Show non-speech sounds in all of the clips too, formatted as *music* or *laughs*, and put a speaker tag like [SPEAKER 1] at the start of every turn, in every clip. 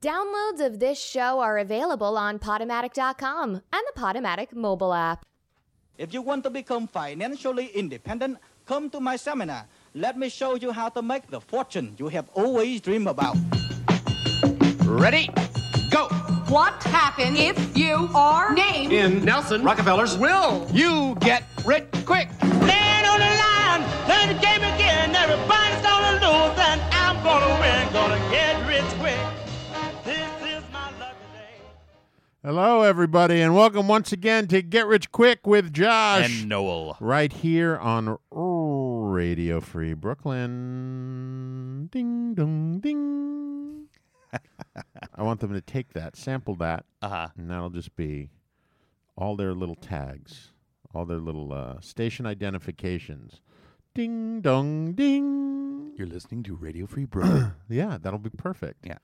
[SPEAKER 1] Downloads of this show are available on Potomatic.com and the Potomatic mobile app.
[SPEAKER 2] If you want to become financially independent, come to my seminar. Let me show you how to make the fortune you have always dreamed about.
[SPEAKER 3] Ready? Go!
[SPEAKER 4] What happens if you are named
[SPEAKER 3] In Nelson Rockefeller's will you get rich quick?
[SPEAKER 5] Man on the line, play the game again. Everybody's gonna lose, and I'm gonna win. Gonna get rich quick. This is my lucky day.
[SPEAKER 6] Hello, everybody, and welcome once again to Get Rich Quick with Josh.
[SPEAKER 7] and Noel.
[SPEAKER 6] right here on Radio Free Brooklyn. Ding, dong,
[SPEAKER 7] *laughs*
[SPEAKER 6] ding. I want them to take that, sample that,
[SPEAKER 7] Uh huh.
[SPEAKER 6] and that'll just be all their little tags, all their little uh, station identifications. Ding, dong, ding.
[SPEAKER 7] You're listening to Radio
[SPEAKER 3] *clears throat*
[SPEAKER 7] Free Brooklyn.
[SPEAKER 6] Yeah, that'll be perfect.
[SPEAKER 7] Yeah.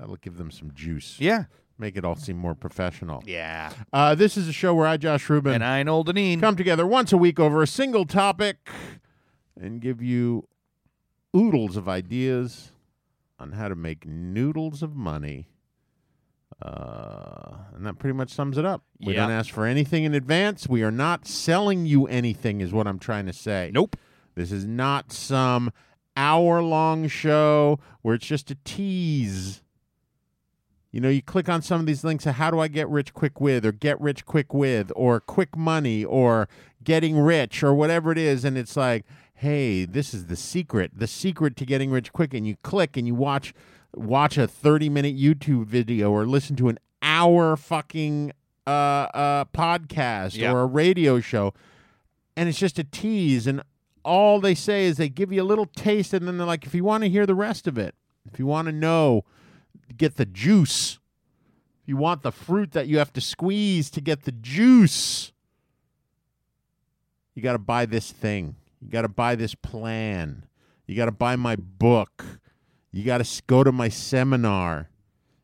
[SPEAKER 6] That'll give them some juice.
[SPEAKER 7] yeah.
[SPEAKER 6] Make it all seem more professional.
[SPEAKER 7] Yeah.
[SPEAKER 6] Uh, this is a show where I, Josh Rubin,
[SPEAKER 7] And I know Deneen.
[SPEAKER 6] come together once a week over a single topic and give you oodles of ideas on how to make noodles of money. Uh, and that pretty much sums it up. We don't
[SPEAKER 7] Yeah.
[SPEAKER 6] ask for anything in advance. We are not selling you anything, is what I'm trying to say.
[SPEAKER 7] Nope.
[SPEAKER 6] This is not some hour long show where it's just a tease. You know, you click on some of these links of how do I get rich quick with, or get rich quick with, or quick money, or getting rich, or whatever it is. And it's like, hey, this is the secret, the secret to getting rich quick. And you click and you watch watch a 30 minute YouTube video or listen to an hour fucking uh, uh, podcast
[SPEAKER 7] Yeah.
[SPEAKER 6] or a radio show. And it's just a tease. And all they say is they give you a little taste. And then they're like, if you want to hear the rest of it, if you want to know, get the juice. If you want the fruit that you have to squeeze to get the juice, you got to buy this thing. You got to buy this plan. You got to buy my book. You got to go to my seminar.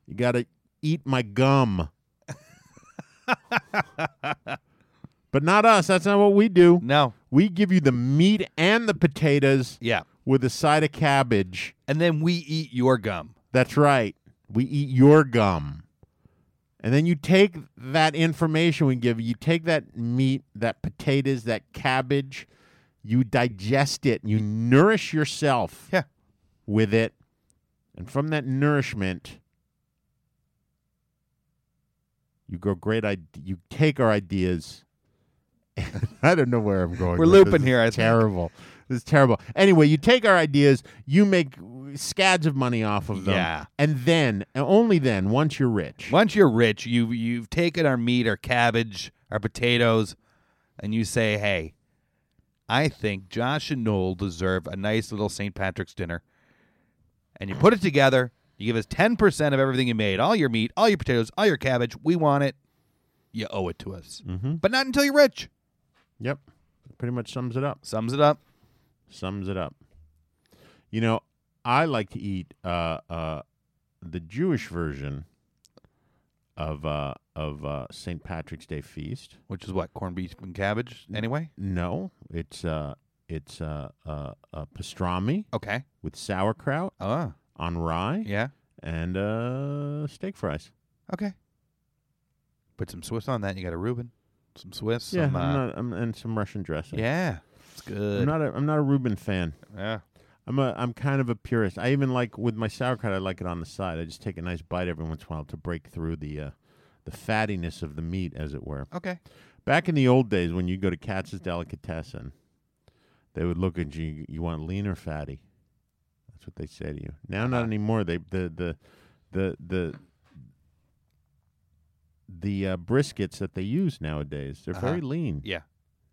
[SPEAKER 6] You got to eat my gum. but not us. That's not what we do.
[SPEAKER 7] No.
[SPEAKER 6] We give you the meat and the potatoes
[SPEAKER 7] Yeah.
[SPEAKER 6] with a side of cabbage.
[SPEAKER 7] And then we eat your gum.
[SPEAKER 6] That's right. We eat your gum. And then you take that information we give you, you take that meat, that potatoes, that cabbage, you digest it, you nourish yourself
[SPEAKER 7] Yeah.
[SPEAKER 6] with it. And from that nourishment, you grow great ide- you take our ideas. *laughs* I don't know where I'm going.
[SPEAKER 7] We're
[SPEAKER 6] with this.
[SPEAKER 7] looping
[SPEAKER 6] This
[SPEAKER 7] here, I
[SPEAKER 6] is
[SPEAKER 7] think.
[SPEAKER 6] terrible. This is terrible. Anyway, you take our ideas, you make scads of money off of them.
[SPEAKER 7] Yeah.
[SPEAKER 6] And then, and only then, once you're rich,
[SPEAKER 7] Once you're rich, you you've taken our meat, our cabbage, our potatoes, and you say, "Hey, I think Josh and Noel deserve a nice little St. Patrick's dinner." And you put it together. You give us ten percent of everything you made, all your meat, all your potatoes, all your cabbage. We want it. You owe it to us, but not until you're rich.
[SPEAKER 6] Yep. Pretty much sums it up.
[SPEAKER 7] Sums it up.
[SPEAKER 6] Sums it up. You know, I like to eat uh, uh, the Jewish version of uh, of uh, St. Patrick's Day feast.
[SPEAKER 7] Which is what corned beef and cabbage. Anyway,
[SPEAKER 6] No, it's uh, it's uh, uh, uh, pastrami
[SPEAKER 7] okay.
[SPEAKER 6] with sauerkraut
[SPEAKER 7] Oh,
[SPEAKER 6] on rye
[SPEAKER 7] yeah.
[SPEAKER 6] and uh, steak fries.
[SPEAKER 7] Okay. Put some Swiss on that. You got a Reuben, some Swiss.
[SPEAKER 6] yeah,
[SPEAKER 7] some, uh,
[SPEAKER 6] I'm not, I'm, and some Russian dressing.
[SPEAKER 7] yeah. It's good.
[SPEAKER 6] I'm not a, I'm not a Reuben fan.
[SPEAKER 7] Yeah.
[SPEAKER 6] I'm a I'm kind of a purist. I even like with my sauerkraut. I like it on the side. I just take a nice bite every once in a while to break through the uh, the fattiness of the meat, as it were.
[SPEAKER 7] Okay.
[SPEAKER 6] Back in the old days, when you go to Katz's Delicatessen, they would look at you. You want lean or fatty? That's what they say to you. Now,
[SPEAKER 7] Uh.
[SPEAKER 6] not anymore. They the the the the the uh, briskets that they use nowadays.
[SPEAKER 7] Uh-huh.
[SPEAKER 6] They're very lean.
[SPEAKER 7] Yeah.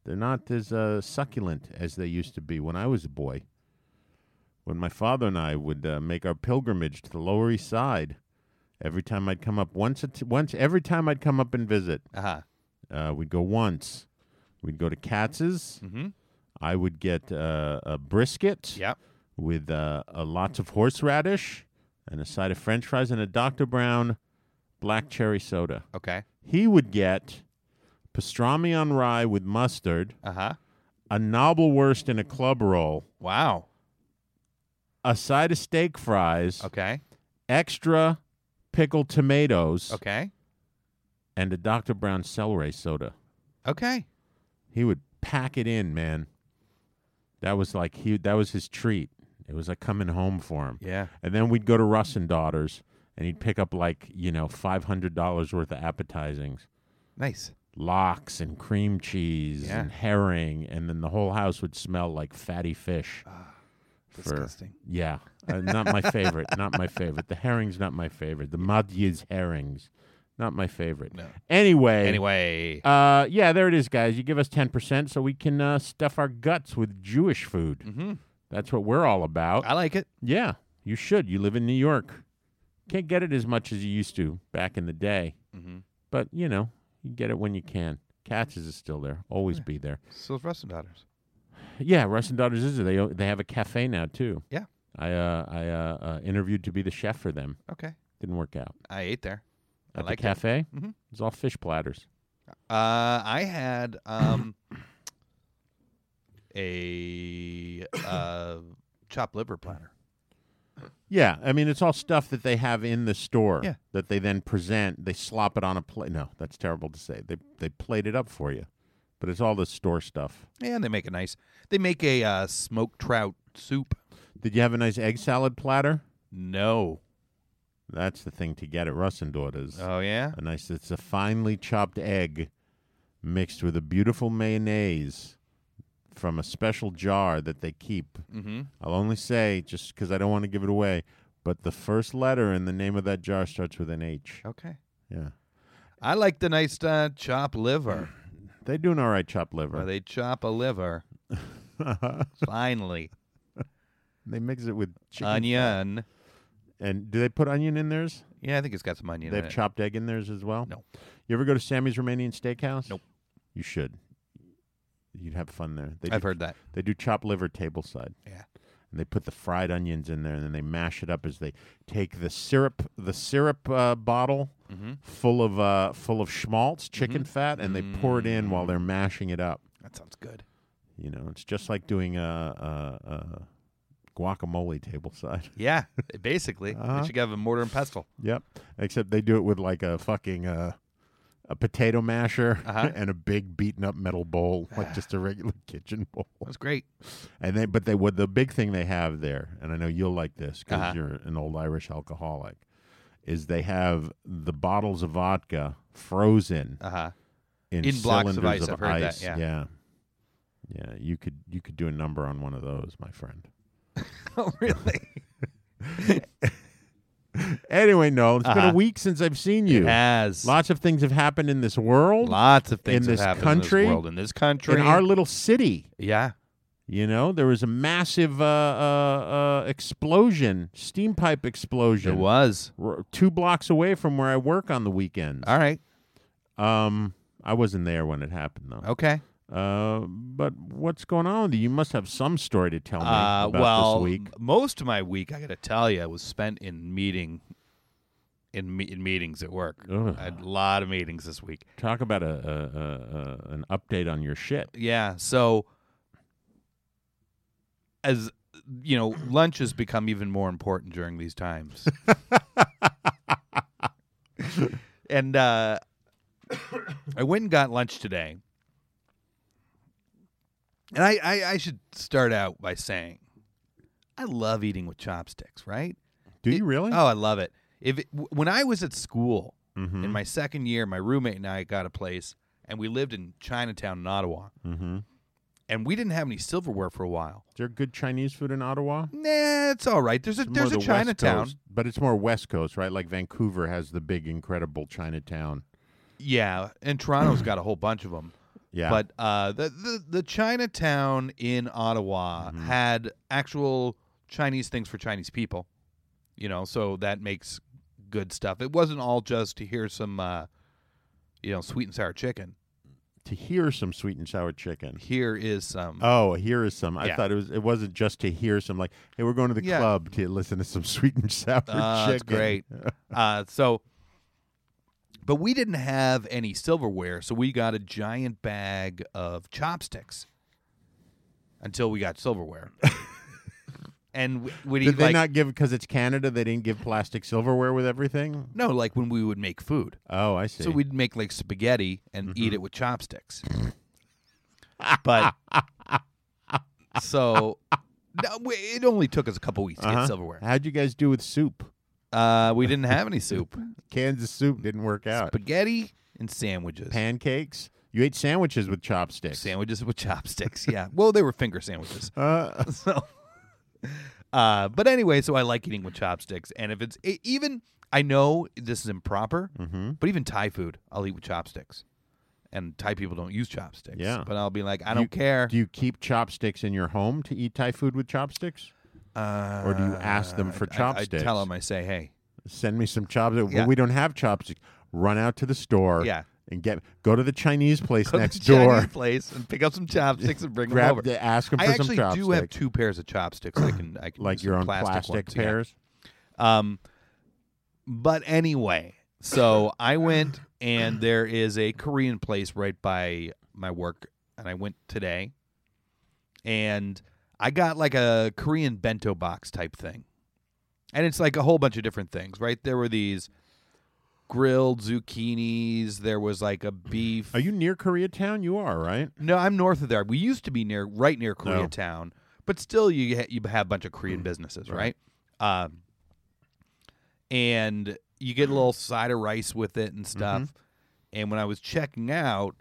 [SPEAKER 6] They're not as uh, succulent as they used to be when I was a boy. When my father and I would uh, make our pilgrimage to the Lower East Side, every time I'd come up once, a t- once every time I'd come up and visit,
[SPEAKER 7] Uh huh.
[SPEAKER 6] uh, we'd go once. We'd go to Katz's.
[SPEAKER 7] Mhm.
[SPEAKER 6] I would get uh, a brisket
[SPEAKER 7] Yep.
[SPEAKER 6] with uh, uh, lots of horseradish and a side of French fries and a Dr. Brown black cherry soda.
[SPEAKER 7] Okay.
[SPEAKER 6] He would get pastrami on rye with mustard
[SPEAKER 7] Uh huh.
[SPEAKER 6] a knobblewurst and a club roll,
[SPEAKER 7] Wow.
[SPEAKER 6] a side of steak fries,
[SPEAKER 7] Okay.
[SPEAKER 6] extra pickled tomatoes
[SPEAKER 7] Okay.
[SPEAKER 6] and a Dr. Brown celery soda.
[SPEAKER 7] Okay.
[SPEAKER 6] He would pack it in, man. That was like he that was his treat. It was like coming home for him.
[SPEAKER 7] Yeah.
[SPEAKER 6] And then we'd go to Russ and Daughters and he'd pick up like, you know, five hundred dollars worth of appetizings.
[SPEAKER 7] Nice.
[SPEAKER 6] Locks and cream cheese
[SPEAKER 7] Yeah.
[SPEAKER 6] and herring, and then the whole house would smell like fatty fish. for-
[SPEAKER 7] Ah, Disgusting.
[SPEAKER 6] Yeah, uh, not my favorite. Not my favorite. The herring's not my favorite. The Madhya's herrings, not my favorite.
[SPEAKER 7] No.
[SPEAKER 6] Anyway,
[SPEAKER 7] Anyway,
[SPEAKER 6] uh, yeah, there it is, guys. You give us ten percent, so we can uh, stuff our guts with Jewish food. Mm-hmm. Uh, That's what we're all about.
[SPEAKER 7] I like it.
[SPEAKER 6] yeah, you should. You live in New York, can't get it as much as you used to back in the day, but you know, you get it when you can. Katz's is still there. Always be there.
[SPEAKER 7] Sylvester Daughters.
[SPEAKER 6] Yeah, Russ and Daughters is there. They o- they have a cafe now too.
[SPEAKER 7] Yeah.
[SPEAKER 6] I uh, I uh, uh, interviewed to be the chef for them.
[SPEAKER 7] Okay.
[SPEAKER 6] Didn't work out.
[SPEAKER 7] I ate there. I
[SPEAKER 6] At
[SPEAKER 7] like
[SPEAKER 6] the
[SPEAKER 7] it.
[SPEAKER 6] cafe,
[SPEAKER 7] Mhm.
[SPEAKER 6] it's all fish platters.
[SPEAKER 7] Uh, I had um *coughs* a uh chopped liver platter.
[SPEAKER 6] Yeah, I mean it's all stuff that they have in the store
[SPEAKER 7] Yeah.
[SPEAKER 6] that they then present. They slop it on a plate. No, that's terrible to say. They they plate it up for you, but it's all the store stuff.
[SPEAKER 7] And they make it nice. They make a uh, smoked trout soup.
[SPEAKER 6] Did you have a nice egg salad platter?
[SPEAKER 7] No.
[SPEAKER 6] That's the thing to get at Russ and Daughters.
[SPEAKER 7] Oh yeah.
[SPEAKER 6] a nice. It's a finely chopped egg mixed with a beautiful mayonnaise from a special jar that they keep.
[SPEAKER 7] Mm-hmm.
[SPEAKER 6] I'll only say just because I don't want to give it away, but the first letter in the name of that jar starts with an H.
[SPEAKER 7] Okay.
[SPEAKER 6] Yeah,
[SPEAKER 7] I like the nice uh, chopped
[SPEAKER 6] *laughs*
[SPEAKER 7] liver.
[SPEAKER 6] they do an all right chopped liver.
[SPEAKER 7] Where they chop a
[SPEAKER 6] *laughs*
[SPEAKER 7] liver. Finally,
[SPEAKER 6] They mix it with chicken
[SPEAKER 7] onion.
[SPEAKER 6] And do they put onion in theirs?
[SPEAKER 7] Yeah, I think it's got some onion.
[SPEAKER 6] they
[SPEAKER 7] in
[SPEAKER 6] have
[SPEAKER 7] it.
[SPEAKER 6] chopped egg in theirs as well.
[SPEAKER 7] No.
[SPEAKER 6] You ever go to Sammy's Romanian Steakhouse?
[SPEAKER 7] Nope.
[SPEAKER 6] You should. You'd have fun there. They
[SPEAKER 7] I've
[SPEAKER 6] do-
[SPEAKER 7] heard that.
[SPEAKER 6] They do chopped liver tableside.
[SPEAKER 7] Yeah.
[SPEAKER 6] and they put the fried onions in there, and then they mash it up as they take the syrup, the syrup uh, bottle
[SPEAKER 7] Mm-hmm.
[SPEAKER 6] full of uh, full of schmaltz, chicken fat, and they pour it in while they're
[SPEAKER 7] Mm.
[SPEAKER 6] mashing it up.
[SPEAKER 7] That sounds good.
[SPEAKER 6] You know, it's just like doing a, a, a guacamole tableside. *laughs*
[SPEAKER 7] Yeah, basically,
[SPEAKER 6] Uh-huh.
[SPEAKER 7] they should have a mortar and pestle.
[SPEAKER 6] yep, except they do it with like a fucking. Uh, a potato masher
[SPEAKER 7] Uh-huh.
[SPEAKER 6] *laughs*
[SPEAKER 7] Ah.
[SPEAKER 6] and a big beaten up metal bowl, like just a regular *laughs* kitchen bowl.
[SPEAKER 7] That's great.
[SPEAKER 6] And they, but they what the big thing they have there, and I know you'll like this because
[SPEAKER 7] Uh-huh.
[SPEAKER 6] you're an old Irish alcoholic, is they have the bottles of vodka frozen
[SPEAKER 7] Uh huh.
[SPEAKER 6] in,
[SPEAKER 7] in blocks of
[SPEAKER 6] cylinders
[SPEAKER 7] ice, I've heard that,
[SPEAKER 6] ice.
[SPEAKER 7] yeah.
[SPEAKER 6] yeah, Yeah, You could you could do a number on one of those, my friend.
[SPEAKER 7] *laughs* Oh really?
[SPEAKER 6] Anyway, no, it's been
[SPEAKER 7] Uh-huh.
[SPEAKER 6] a week since I've seen you.
[SPEAKER 7] Has
[SPEAKER 6] Lots of things have happened in this world,
[SPEAKER 7] lots of things
[SPEAKER 6] in
[SPEAKER 7] have
[SPEAKER 6] this
[SPEAKER 7] happened
[SPEAKER 6] country,
[SPEAKER 7] in this world, in this country,
[SPEAKER 6] in our little city.
[SPEAKER 7] yeah,
[SPEAKER 6] You know, there was a massive uh, uh, uh, explosion, steam pipe explosion.
[SPEAKER 7] it was.
[SPEAKER 6] r- two blocks away from where I work on the weekends.
[SPEAKER 7] All right.
[SPEAKER 6] Um, I wasn't there when it happened though.
[SPEAKER 7] Okay.
[SPEAKER 6] Uh, but what's going on with you? You must have some story to tell me
[SPEAKER 7] Uh,
[SPEAKER 6] about
[SPEAKER 7] well,
[SPEAKER 6] this week.
[SPEAKER 7] m- most of my week, I got to tell you, was spent in meeting, in, me- in meetings at work.
[SPEAKER 6] Ugh.
[SPEAKER 7] I had a lot of meetings this week.
[SPEAKER 6] Talk about a, a, a, a an update on your shit.
[SPEAKER 7] Yeah. So, as you know, lunch has become even more important during these times. and uh, I went and got lunch today. And I, I, I should start out by saying I love eating with chopsticks, right?
[SPEAKER 6] Do
[SPEAKER 7] It-
[SPEAKER 6] you really?
[SPEAKER 7] Oh, I love it. If it, w- when I was at school in my second year, my roommate and I got a place, and we lived in Chinatown in Ottawa,
[SPEAKER 6] mm-hmm.
[SPEAKER 7] and we didn't have any silverware for a while.
[SPEAKER 6] Is there good Chinese food in Ottawa?
[SPEAKER 7] Nah, it's all right. There's a
[SPEAKER 6] It's more
[SPEAKER 7] there's a
[SPEAKER 6] the West
[SPEAKER 7] Chinatown.
[SPEAKER 6] Coast, but it's more West Coast, right? Like Vancouver has the big, incredible Chinatown.
[SPEAKER 7] Yeah, and Toronto's got a whole bunch of them.
[SPEAKER 6] Yeah,
[SPEAKER 7] But uh, the, the the Chinatown in Ottawa
[SPEAKER 6] Mm-hmm.
[SPEAKER 7] had actual Chinese things for Chinese people, you know. So that makes good stuff. It wasn't all just to hear some, uh, you know, sweet and sour chicken.
[SPEAKER 6] to hear some sweet and sour chicken.
[SPEAKER 7] Here is some.
[SPEAKER 6] Oh, here is some. I
[SPEAKER 7] Yeah.
[SPEAKER 6] thought it was. It wasn't just to hear some. Like, hey, we're going to the
[SPEAKER 7] Yeah.
[SPEAKER 6] club to listen to some *laughs* sweet and sour
[SPEAKER 7] Uh,
[SPEAKER 6] chicken.
[SPEAKER 7] that's
[SPEAKER 6] *laughs*
[SPEAKER 7] great. uh, so, but we didn't have any silverware, so we got a giant bag
[SPEAKER 6] *laughs*
[SPEAKER 7] of chopsticks until we got silverware. And w- would he
[SPEAKER 6] Did they
[SPEAKER 7] like
[SPEAKER 6] not give because it's Canada? They didn't give plastic silverware with everything.
[SPEAKER 7] no like when we would make food?
[SPEAKER 6] Oh, I see. Mm-hmm.
[SPEAKER 7] So we'd make like spaghetti and eat it with
[SPEAKER 6] *laughs*
[SPEAKER 7] chopsticks. but so no, we- it only took us a couple weeks to
[SPEAKER 6] Uh-huh.
[SPEAKER 7] get silverware.
[SPEAKER 6] How'd you guys do with soup?
[SPEAKER 7] Uh, we didn't have any
[SPEAKER 6] *laughs*
[SPEAKER 7] soup,
[SPEAKER 6] Kansas soup didn't work out.
[SPEAKER 7] spaghetti and sandwiches.
[SPEAKER 6] Pancakes. You ate sandwiches with chopsticks.
[SPEAKER 7] Sandwiches with *laughs* chopsticks. Yeah. well, they were finger
[SPEAKER 6] *laughs*
[SPEAKER 7] sandwiches. *laughs*
[SPEAKER 6] Uh,
[SPEAKER 7] so uh but anyway so i like eating with chopsticks and if it's e- even i know this is improper
[SPEAKER 6] Mm-hmm.
[SPEAKER 7] but even thai food i'll eat with chopsticks and thai people don't use chopsticks
[SPEAKER 6] Yeah.
[SPEAKER 7] but i'll be like i
[SPEAKER 6] do
[SPEAKER 7] don't
[SPEAKER 6] you-
[SPEAKER 7] care
[SPEAKER 6] Do you keep chopsticks in your home to eat Thai food with chopsticks?
[SPEAKER 7] uh,
[SPEAKER 6] or do you ask them for
[SPEAKER 7] I- I,
[SPEAKER 6] chopsticks?
[SPEAKER 7] tell them i say hey
[SPEAKER 6] Send me some chopsticks.
[SPEAKER 7] Yeah.
[SPEAKER 6] Well, we don't have chopsticks. Run out to the store.
[SPEAKER 7] Yeah.
[SPEAKER 6] And get go to the Chinese place
[SPEAKER 7] go to
[SPEAKER 6] *laughs* next
[SPEAKER 7] the Chinese
[SPEAKER 6] door.
[SPEAKER 7] place and pick up some chopsticks and bring
[SPEAKER 6] Grab
[SPEAKER 7] them over
[SPEAKER 6] the- ask 'em
[SPEAKER 7] i
[SPEAKER 6] for some
[SPEAKER 7] actually do have
[SPEAKER 6] chopsticks.
[SPEAKER 7] two pairs of chopsticks i can
[SPEAKER 6] *clears throat*
[SPEAKER 7] i can
[SPEAKER 6] Like
[SPEAKER 7] use
[SPEAKER 6] your
[SPEAKER 7] some
[SPEAKER 6] own
[SPEAKER 7] plastic,
[SPEAKER 6] plastic,
[SPEAKER 7] ones, yeah.
[SPEAKER 6] pairs.
[SPEAKER 7] Um, but anyway, so I went
[SPEAKER 6] *clears throat*
[SPEAKER 7] and there is a Korean place right by my work, and I went today, and I got like a Korean bento box type thing, and it's like a whole bunch of different things. Right there were these grilled zucchinis. There was like a beef.
[SPEAKER 6] Are you near Koreatown? You are, right?
[SPEAKER 7] No, I'm north of there. We used to be near, right near Koreatown, but still, you ha- you have a bunch of Korean businesses, right? Um, and you get a little side of rice with it and stuff. And when I was checking out,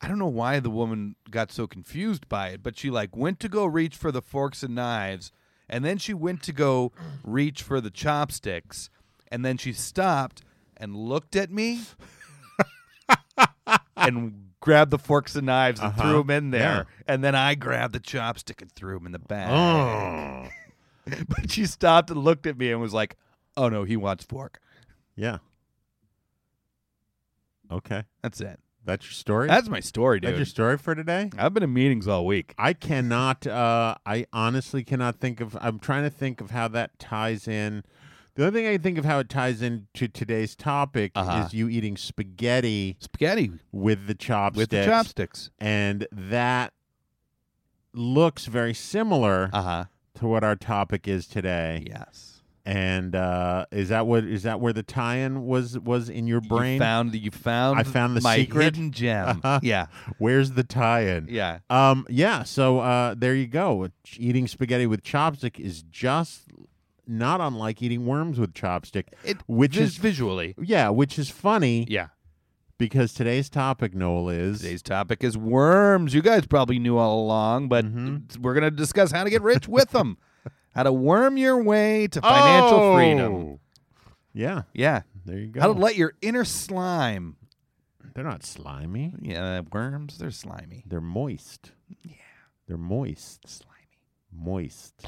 [SPEAKER 7] I don't know why the woman got so confused by it, but she like went to go reach for the forks and knives, and then she went to go reach for the chopsticks, and then she stopped and looked at me and grabbed the forks and knives and threw them in there. And then I grabbed the chopstick and threw them in the bag.
[SPEAKER 6] Oh.
[SPEAKER 7] *laughs* But she stopped and looked at me and was like, oh no, he wants fork. *laughs*
[SPEAKER 6] Yeah. Okay.
[SPEAKER 7] That's it.
[SPEAKER 6] That's your story?
[SPEAKER 7] That's my story,
[SPEAKER 6] That's
[SPEAKER 7] dude.
[SPEAKER 6] your story for today?
[SPEAKER 7] I've been in meetings all week.
[SPEAKER 6] I cannot. Uh, I honestly cannot think of. I'm trying to think of how that ties in. The only thing I can think of how it ties in to today's topic
[SPEAKER 7] Uh-huh.
[SPEAKER 6] is you eating spaghetti
[SPEAKER 7] Spaghetti
[SPEAKER 6] with the chopsticks.
[SPEAKER 7] with the chopsticks.
[SPEAKER 6] and that looks very similar
[SPEAKER 7] Uh huh.
[SPEAKER 6] to what our topic is today.
[SPEAKER 7] Yes.
[SPEAKER 6] And uh, is that what is that where the tie-in was was in your brain?
[SPEAKER 7] You found you found Uh-huh.
[SPEAKER 6] I found the
[SPEAKER 7] my
[SPEAKER 6] secret?
[SPEAKER 7] hidden *laughs* gem. yeah.
[SPEAKER 6] Where's the tie-in?
[SPEAKER 7] Yeah.
[SPEAKER 6] Um. Yeah. So uh, there you go. Ch- Eating spaghetti with chopstick is just not unlike eating worms with chopstick,
[SPEAKER 7] It
[SPEAKER 6] which
[SPEAKER 7] vis-
[SPEAKER 6] is
[SPEAKER 7] visually.
[SPEAKER 6] yeah, which is funny
[SPEAKER 7] Yeah.
[SPEAKER 6] because today's topic, Noel, is
[SPEAKER 7] Today's topic is worms. You guys probably knew all along, but we're going to discuss how to get rich with *laughs* them, how to worm your way to financial freedom.
[SPEAKER 6] Oh! Yeah.
[SPEAKER 7] Yeah.
[SPEAKER 6] There you go.
[SPEAKER 7] How to let your inner slime.
[SPEAKER 6] They're not slimy.
[SPEAKER 7] Yeah, worms, they're slimy.
[SPEAKER 6] They're moist. Yeah. They're moist.
[SPEAKER 7] Slimy.
[SPEAKER 6] Moist.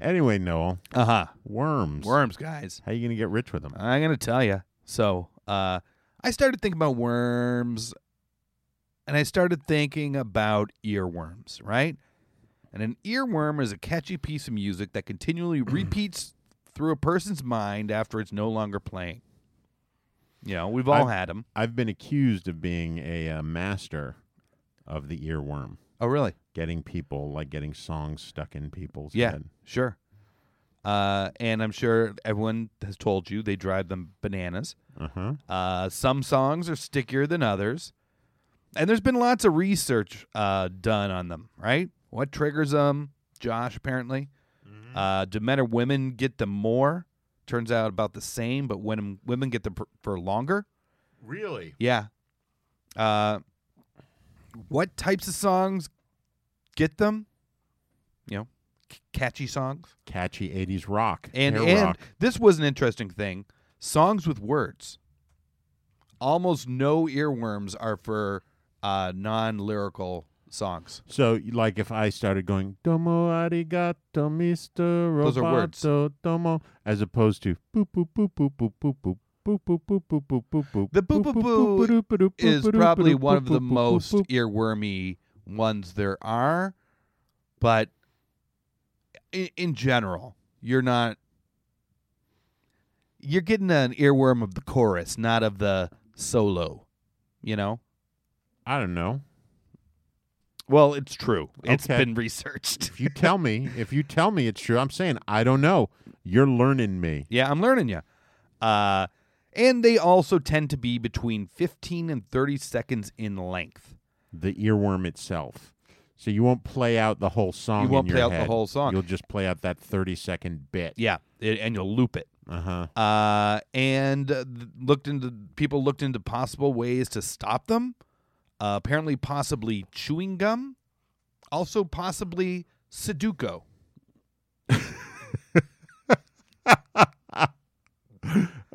[SPEAKER 6] anyway, Noel,
[SPEAKER 7] Uh huh.
[SPEAKER 6] worms.
[SPEAKER 7] Worms, Uh, guys.
[SPEAKER 6] How you gonna get rich with them?
[SPEAKER 7] I'm going to tell you. So, uh, I started thinking about worms and I started thinking about earworms, right? And an earworm is a catchy piece of music that *clears throat* continually repeats through a person's mind after it's no longer playing. You know, we've all
[SPEAKER 6] I-
[SPEAKER 7] had them.
[SPEAKER 6] I've been accused of being a uh, master of the earworm,
[SPEAKER 7] Oh, really?
[SPEAKER 6] getting people like getting songs stuck in people's
[SPEAKER 7] Yeah,
[SPEAKER 6] head.
[SPEAKER 7] sure. Uh, and I'm sure everyone has told you they drive them bananas.
[SPEAKER 6] Uh huh.
[SPEAKER 7] Uh, some songs are stickier than others. And there's been lots of research uh, done on them, right? What triggers them? Josh, apparently. Uh, do men or women get them more? Turns out about the same, but when women get them for, for longer.
[SPEAKER 6] Really?
[SPEAKER 7] Yeah. Uh, what types of songs get them? You know, c- catchy songs
[SPEAKER 6] Catchy '80s rock
[SPEAKER 7] and
[SPEAKER 6] hair
[SPEAKER 7] and
[SPEAKER 6] rock.
[SPEAKER 7] this was an interesting thing songs with words almost no earworms are for uh, non-lyrical songs
[SPEAKER 6] So, like, if I started going "Domo arigato, Mister Roboto,"
[SPEAKER 7] Those are words.
[SPEAKER 6] "Domo," as opposed to "boop boop boop boop boop boop boop." Boop, boop, boop, boop, boop, boop, boop,
[SPEAKER 7] The
[SPEAKER 6] boop,
[SPEAKER 7] boop,
[SPEAKER 6] boop,
[SPEAKER 7] boop,
[SPEAKER 6] boop, boop, boop,
[SPEAKER 7] is
[SPEAKER 6] boop, boop,
[SPEAKER 7] probably
[SPEAKER 6] boop,
[SPEAKER 7] one of
[SPEAKER 6] boop,
[SPEAKER 7] the
[SPEAKER 6] boop, boop,
[SPEAKER 7] most
[SPEAKER 6] boop.
[SPEAKER 7] earwormy ones there are but in, in general you're not you're getting an earworm of the chorus not of the solo you know
[SPEAKER 6] I don't know.
[SPEAKER 7] Well, it's true. It's
[SPEAKER 6] Okay.
[SPEAKER 7] been researched.
[SPEAKER 6] If you tell me, if you tell me it's true, I'm saying I don't know. You're learning me.
[SPEAKER 7] Yeah, I'm learning you. Uh, and they also tend to be between 15 and 30 seconds in length.
[SPEAKER 6] The earworm itself. So you won't play out the whole song.
[SPEAKER 7] You won't
[SPEAKER 6] in your
[SPEAKER 7] play out the
[SPEAKER 6] head.
[SPEAKER 7] whole song.
[SPEAKER 6] You'll just play out that thirty second bit.
[SPEAKER 7] Yeah, it, and you'll loop it.
[SPEAKER 6] Uh huh.
[SPEAKER 7] Uh, and uh, th- looked into people looked into possible ways to stop them. Uh, apparently, possibly chewing gum, also possibly Sudoku.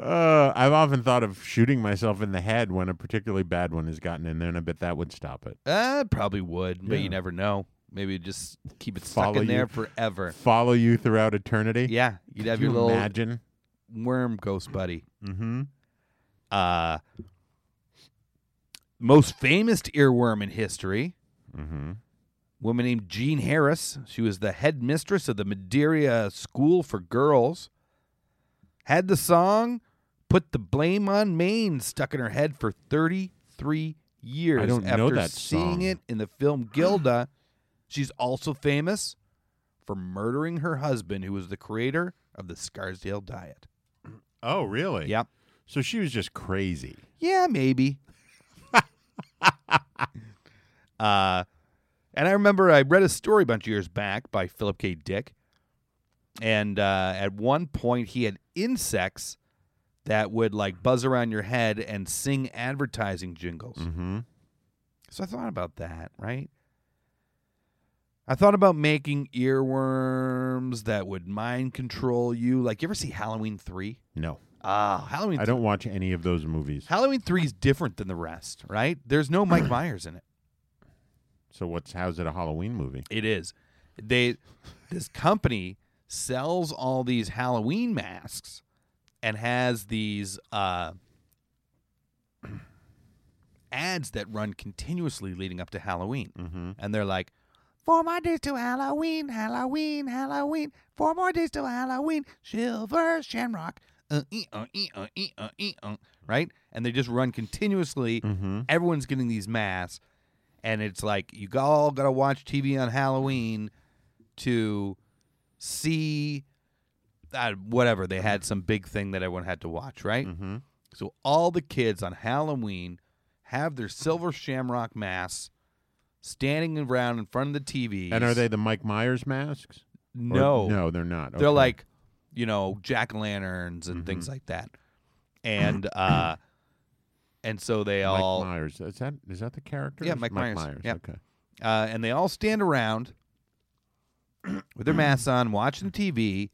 [SPEAKER 6] Uh, I've often thought of shooting myself in the head when a particularly bad one has gotten in there, and I bet that would stop it.
[SPEAKER 7] Uh, probably would, but
[SPEAKER 6] Yeah.
[SPEAKER 7] you never know. Maybe just keep it stuck
[SPEAKER 6] Follow
[SPEAKER 7] in there
[SPEAKER 6] you. *laughs*
[SPEAKER 7] forever.
[SPEAKER 6] Follow you throughout eternity.
[SPEAKER 7] Yeah, you'd have
[SPEAKER 6] Could you
[SPEAKER 7] your little
[SPEAKER 6] imagine.
[SPEAKER 7] worm ghost buddy.
[SPEAKER 6] Mm-hmm.
[SPEAKER 7] uh most famous earworm in history
[SPEAKER 6] Mm-hmm.
[SPEAKER 7] woman named jean harris she was the headmistress of the madeira school for girls had the song put the blame on maine stuck in her head for 33 years
[SPEAKER 6] I don't know
[SPEAKER 7] after
[SPEAKER 6] that
[SPEAKER 7] seeing
[SPEAKER 6] song.
[SPEAKER 7] it in the film gilda *gasps* she's also famous for murdering her husband who was the creator of the scarsdale diet
[SPEAKER 6] Oh, really?
[SPEAKER 7] yep
[SPEAKER 6] So she was just crazy.
[SPEAKER 7] Yeah, maybe. *laughs* uh, and I remember I read a story a bunch of years back by Philip K. Dick, and uh, at one point he had insects that would like buzz around your head and sing advertising jingles.
[SPEAKER 6] Mm-hmm.
[SPEAKER 7] So I thought about that, right? I thought about making earworms that would mind control you. Like, you ever see Halloween three?
[SPEAKER 6] No,
[SPEAKER 7] Ah, Halloween.
[SPEAKER 6] I don't watch any of those movies.
[SPEAKER 7] Halloween three is different than the rest, right? There's no Mike Myers in it.
[SPEAKER 6] So what's how's it a Halloween movie?
[SPEAKER 7] It is. They this company sells all these Halloween masks and has these uh *clears throat* ads that run continuously leading up to Halloween. Mm-hmm. And they're like, four more days to Halloween, Halloween, Halloween, four more days to Halloween, silver shamrock. Uh, ee, uh, ee, uh, ee, uh, ee, uh, right? And they just run continuously.
[SPEAKER 6] Mm-hmm.
[SPEAKER 7] Everyone's getting these masks. And it's like, you all got to watch TV on Halloween to see uh, whatever. They had some big thing that everyone had to watch, right? Mm-hmm. So all the kids on Halloween have their silver shamrock masks standing around in front of the TV.
[SPEAKER 6] And are they the Mike Myers masks? Or-
[SPEAKER 7] No.
[SPEAKER 6] no, they're not.
[SPEAKER 7] They're
[SPEAKER 6] Okay.
[SPEAKER 7] like, you know, jack o' lanterns and things like that. And uh and so they
[SPEAKER 6] Mike
[SPEAKER 7] all
[SPEAKER 6] Myers. Is that is that the character?
[SPEAKER 7] Yeah,
[SPEAKER 6] It's
[SPEAKER 7] Mike
[SPEAKER 6] Mike
[SPEAKER 7] Myers.
[SPEAKER 6] Myers.
[SPEAKER 7] Yeah.
[SPEAKER 6] Okay.
[SPEAKER 7] uh, and they all stand around with their masks on, watching TV,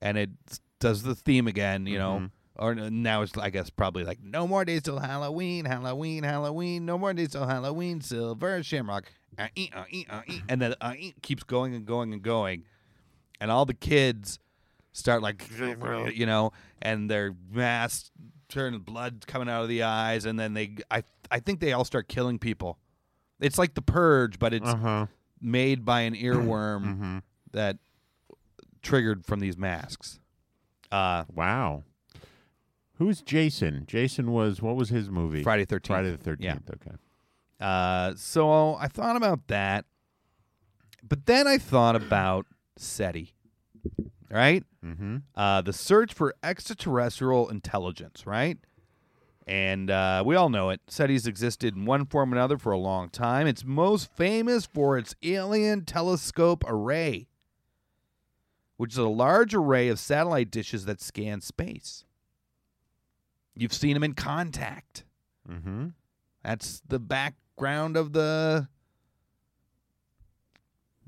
[SPEAKER 7] and it s- does the theme again, you know. Or n- now it's, I guess, probably like no more days till Halloween, Halloween, Halloween, no more days till Halloween, Silver Shamrock, uh, ee, uh, ee, uh, ee, and then uh, ee keeps going and going and going, and all the kids start like, you know, and their masks turn blood coming out of the eyes, and then they, I, I think they all start killing people. It's like the purge, but it's
[SPEAKER 6] Uh huh.
[SPEAKER 7] made by an *clears throat* earworm that triggered from these masks. Uh,
[SPEAKER 6] Wow. Who's Jason? Jason was what was his movie?
[SPEAKER 7] Friday 13th.
[SPEAKER 6] Friday the
[SPEAKER 7] Yeah.
[SPEAKER 6] Thirteenth. Okay.
[SPEAKER 7] uh, so I thought about that, but then I thought about SETI, right?
[SPEAKER 6] Mm-hmm.
[SPEAKER 7] Uh, the search for extraterrestrial intelligence, right? And uh, we all know it. SETI's existed in one form or another for a long time. It's most famous for its Alien Telescope Array, which is a large array of satellite dishes that scan space. You've seen them in contact.
[SPEAKER 6] Mm-hmm.
[SPEAKER 7] That's the background of the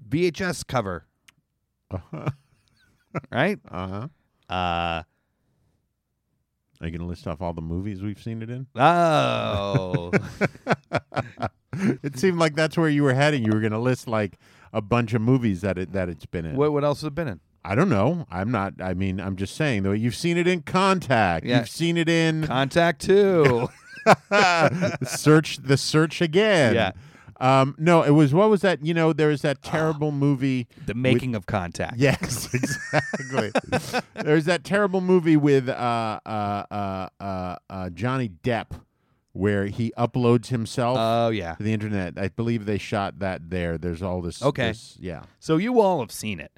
[SPEAKER 7] VHS cover,
[SPEAKER 6] Uh-huh.
[SPEAKER 7] right?
[SPEAKER 6] Uh-huh.
[SPEAKER 7] Uh,
[SPEAKER 6] Are you gonna list off all the movies we've seen it in? *laughs*
[SPEAKER 7] oh.
[SPEAKER 6] it seemed like that's where you were heading. You were gonna list like a bunch of movies that it that it's been
[SPEAKER 7] *laughs*
[SPEAKER 6] in.
[SPEAKER 7] What what else has it been in?
[SPEAKER 6] I don't know. I'm not. I mean, I'm just saying though. You've seen it in Contact.
[SPEAKER 7] Yeah.
[SPEAKER 6] You've seen it in
[SPEAKER 7] Contact two.
[SPEAKER 6] Search the Search Again.
[SPEAKER 7] Yeah. Ah.
[SPEAKER 6] Um, no, it was what was that? You know, there was that terrible movie.
[SPEAKER 7] the making of contact.
[SPEAKER 6] *laughs*
[SPEAKER 7] *laughs*
[SPEAKER 6] Yes, exactly. There's that terrible movie with uh, uh, uh, uh, uh, Johnny Depp where he uploads himself
[SPEAKER 7] Oh yeah.
[SPEAKER 6] to the internet. I believe they shot that there. There's all this.
[SPEAKER 7] Okay.
[SPEAKER 6] this- yeah.
[SPEAKER 7] So you all have seen it.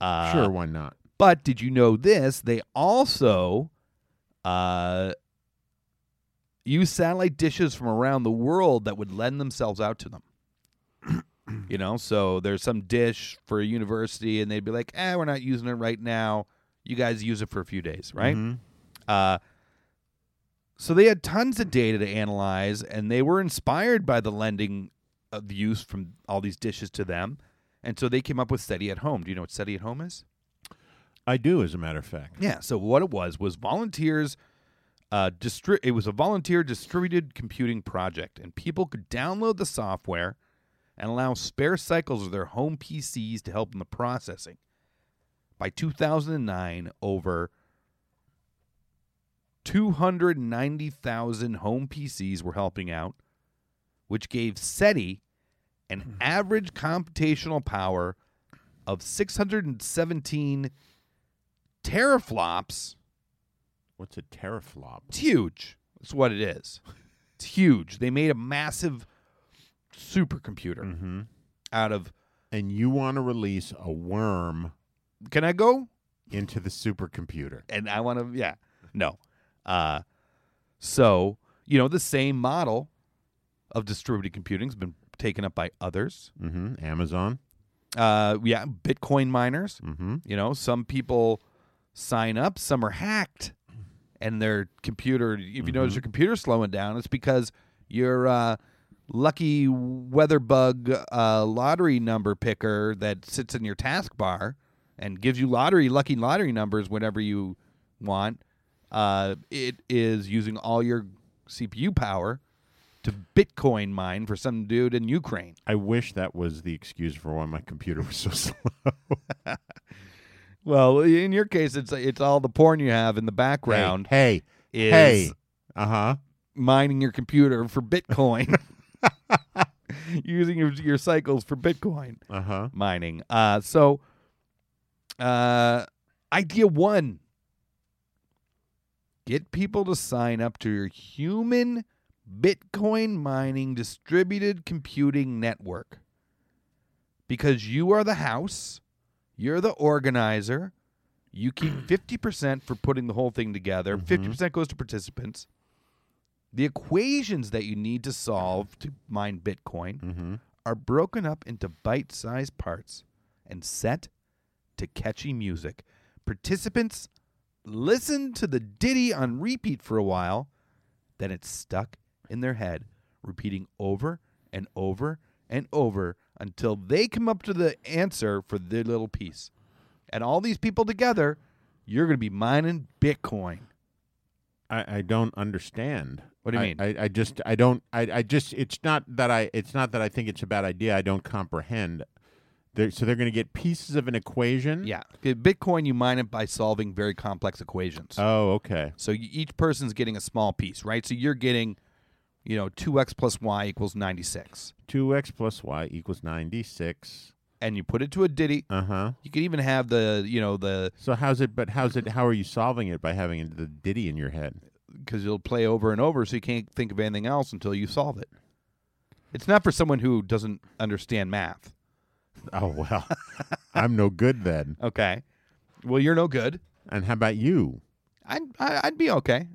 [SPEAKER 7] Uh,
[SPEAKER 6] sure. Why not?
[SPEAKER 7] But did you know this? They also uh, use satellite dishes from around the world that would lend themselves out to *clears throat* them. you know, so there's some dish for a university, and they'd be like, "Eh, we're not using it right now. You guys use it for a few days, right?"
[SPEAKER 6] Mm-hmm.
[SPEAKER 7] Uh, so they had tons of data to analyze, and they were inspired by the lending of use from all these dishes to them, and so they came up with SETI at Home. Do you know what SETI at Home is?
[SPEAKER 6] I do, as a matter of fact.
[SPEAKER 7] Yeah. So what it was was volunteers. Uh, distri- it was a volunteer distributed computing project, and people could download the software and allow spare cycles of their home PCs to help in the processing. By 2009, over 290,000 home PCs were helping out, which gave SETI an average computational power of 617 teraflops.
[SPEAKER 6] What's a teraflop?
[SPEAKER 7] It's huge. That's what it is. It's huge. They made a massive supercomputer
[SPEAKER 6] Mm-hmm.
[SPEAKER 7] out of.
[SPEAKER 6] And you want to release a worm
[SPEAKER 7] Can I go?
[SPEAKER 6] into the supercomputer?
[SPEAKER 7] And I want to. Yeah. No. Uh, so you know the same model of distributed computing has been taken up by others.
[SPEAKER 6] hmm Amazon.
[SPEAKER 7] Uh, yeah, Bitcoin miners.
[SPEAKER 6] hmm
[SPEAKER 7] You know, some people sign up, some are hacked, and their computer. If you notice your computer's slowing down, it's because your uh, lucky weather bug uh, lottery number picker that sits in your taskbar and gives you lottery lucky lottery numbers whenever you want. Uh, it is using all your CPU power to Bitcoin mine for some dude in Ukraine.
[SPEAKER 6] I wish that was the excuse for why my computer was so *laughs* slow.
[SPEAKER 7] Well, in your case, it's it's all the porn you have in the background.
[SPEAKER 6] Hey. Hey.
[SPEAKER 7] is-
[SPEAKER 6] hey. Uh huh.
[SPEAKER 7] mining your computer for Bitcoin, *laughs* using your, your cycles for Bitcoin
[SPEAKER 6] Uh huh.
[SPEAKER 7] mining. Uh, so, uh, idea one get people to sign up to your human Bitcoin mining distributed computing network because you are the house, you're the organizer. You keep 50% for putting the whole thing together. 50% goes to participants. The equations that you need to solve to mine Bitcoin are broken up into bite sized parts and set to catchy music. Participants listen to the ditty on repeat for a while, then it's stuck in their head, repeating over and over and over until they come up to the answer for their little piece. And all these people together, you're going to be mining Bitcoin.
[SPEAKER 6] I, I don't understand.
[SPEAKER 7] What do you
[SPEAKER 6] I-
[SPEAKER 7] mean?
[SPEAKER 6] I, I just I don't I, I just it's not that I it's not that I think it's a bad idea. I don't comprehend. They're, so they're going to get pieces of an equation.
[SPEAKER 7] Yeah. Bitcoin, you mine it by solving very complex equations.
[SPEAKER 6] Oh, okay.
[SPEAKER 7] So you, each person's getting a small piece, right? So you're getting, you know, 2x plus y equals 96.
[SPEAKER 6] Two x plus y equals ninety six.
[SPEAKER 7] And you put it to a ditty.
[SPEAKER 6] Uh huh.
[SPEAKER 7] You could even have the, you know, the,
[SPEAKER 6] So how's it? But how's it? How are you solving it by having the ditty in your head?
[SPEAKER 7] because you'll play over and over, so you can't think of anything else until you solve it. It's not for someone who doesn't understand math.
[SPEAKER 6] Oh well, *laughs* I'm no good then.
[SPEAKER 7] Okay. Well, you're no good.
[SPEAKER 6] And how about you?
[SPEAKER 7] I'd, I- I'd be okay.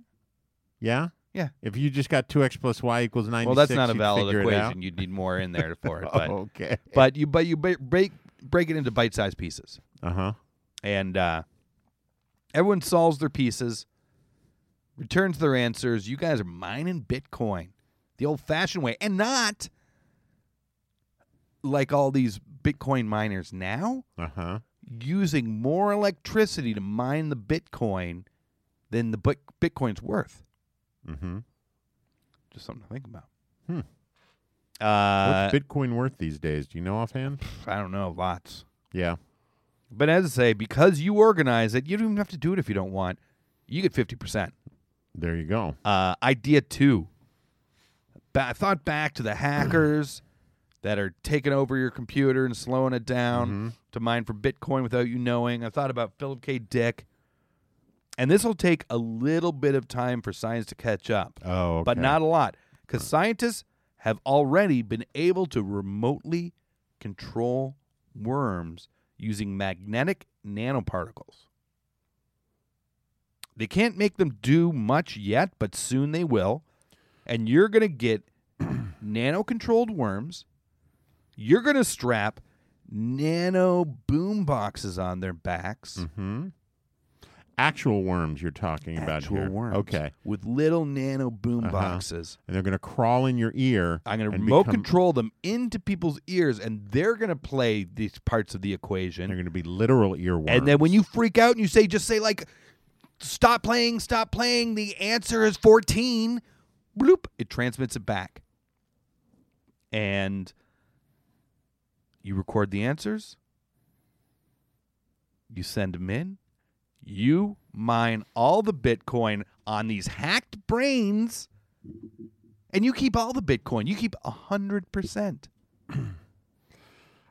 [SPEAKER 6] Yeah.
[SPEAKER 7] Yeah.
[SPEAKER 6] If you just got two x plus y equals ninety
[SPEAKER 7] Well,
[SPEAKER 6] six,
[SPEAKER 7] that's not a valid equation. You'd need more in there for
[SPEAKER 6] *laughs*
[SPEAKER 7] it. But,
[SPEAKER 6] okay.
[SPEAKER 7] but you, but you ba- break, break it into bite sized pieces.
[SPEAKER 6] Uh huh.
[SPEAKER 7] and uh, everyone solves their pieces, returns their answers. You guys are mining Bitcoin the old fashioned way and not like all these Bitcoin miners now
[SPEAKER 6] Uh huh.
[SPEAKER 7] using more electricity to mine the Bitcoin than the Bit- Bitcoin's worth.
[SPEAKER 6] Mm hmm.
[SPEAKER 7] Just something to think about.
[SPEAKER 6] Hmm.
[SPEAKER 7] Uh,
[SPEAKER 6] What's Bitcoin worth these days? Do you know offhand?
[SPEAKER 7] I don't know, lots.
[SPEAKER 6] Yeah.
[SPEAKER 7] But as I say, because you organize it, you don't even have to do it if you don't want. You get fifty percent.
[SPEAKER 6] There you go.
[SPEAKER 7] Uh, idea two. Ba- I thought back to the hackers *clears throat* that are taking over your computer and slowing it down
[SPEAKER 6] Mm-hmm.
[SPEAKER 7] to mine for Bitcoin without you knowing. I thought about Philip K. Dick. And this will take a little bit of time for science to catch up,
[SPEAKER 6] Oh,
[SPEAKER 7] but
[SPEAKER 6] okay.
[SPEAKER 7] not a lot. because scientists have already been able to remotely control worms using magnetic nanoparticles. They can't make them do much yet, but soon they will. And you're going to get nano controlled worms. You're going to strap nano boom boxes on their backs.
[SPEAKER 6] Hmm. Mm-hmm. Actual worms you're talking
[SPEAKER 7] Actual
[SPEAKER 6] about here.
[SPEAKER 7] worms.
[SPEAKER 6] Okay.
[SPEAKER 7] With little nano boom boxes.
[SPEAKER 6] And they're going to crawl in your ear.
[SPEAKER 7] I'm going to
[SPEAKER 6] and
[SPEAKER 7] remote
[SPEAKER 6] become-
[SPEAKER 7] control them into people's ears, and they're going to play these parts of the equation.
[SPEAKER 6] They're going to be literal earworms.
[SPEAKER 7] And then when you freak out and you say, just say like, stop playing, stop playing. The answer is 14. Bloop. It transmits it back. And you record the answers. You send them in. You mine all the Bitcoin on these hacked brains. And you keep all the Bitcoin. You keep 100%.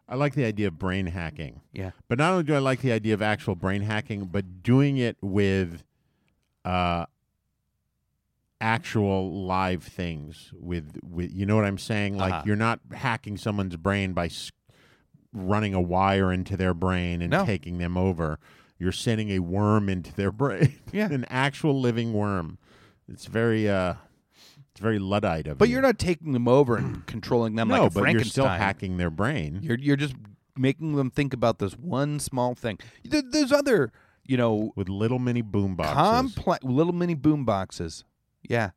[SPEAKER 6] I like the idea of brain hacking.
[SPEAKER 7] Yeah.
[SPEAKER 6] But not only do I like the idea of actual brain hacking, but doing it with uh, actual live things. With, with you know what I'm saying? Like
[SPEAKER 7] Uh-huh.
[SPEAKER 6] you're not hacking someone's brain by s- running a wire into their brain and
[SPEAKER 7] No.
[SPEAKER 6] taking them over. You're sending a worm into their *laughs* brain.
[SPEAKER 7] Yeah.
[SPEAKER 6] an actual living worm. It's very uh, it's very luddite of
[SPEAKER 7] But
[SPEAKER 6] you.
[SPEAKER 7] you're not taking them over and controlling them
[SPEAKER 6] no,
[SPEAKER 7] like a
[SPEAKER 6] but
[SPEAKER 7] Frankenstein.
[SPEAKER 6] you're still hacking their brain.
[SPEAKER 7] You're you're just making them think about this one small thing. There, there's other, you know,
[SPEAKER 6] with little mini boom boxes.
[SPEAKER 7] complex little mini boom boxes. Yeah.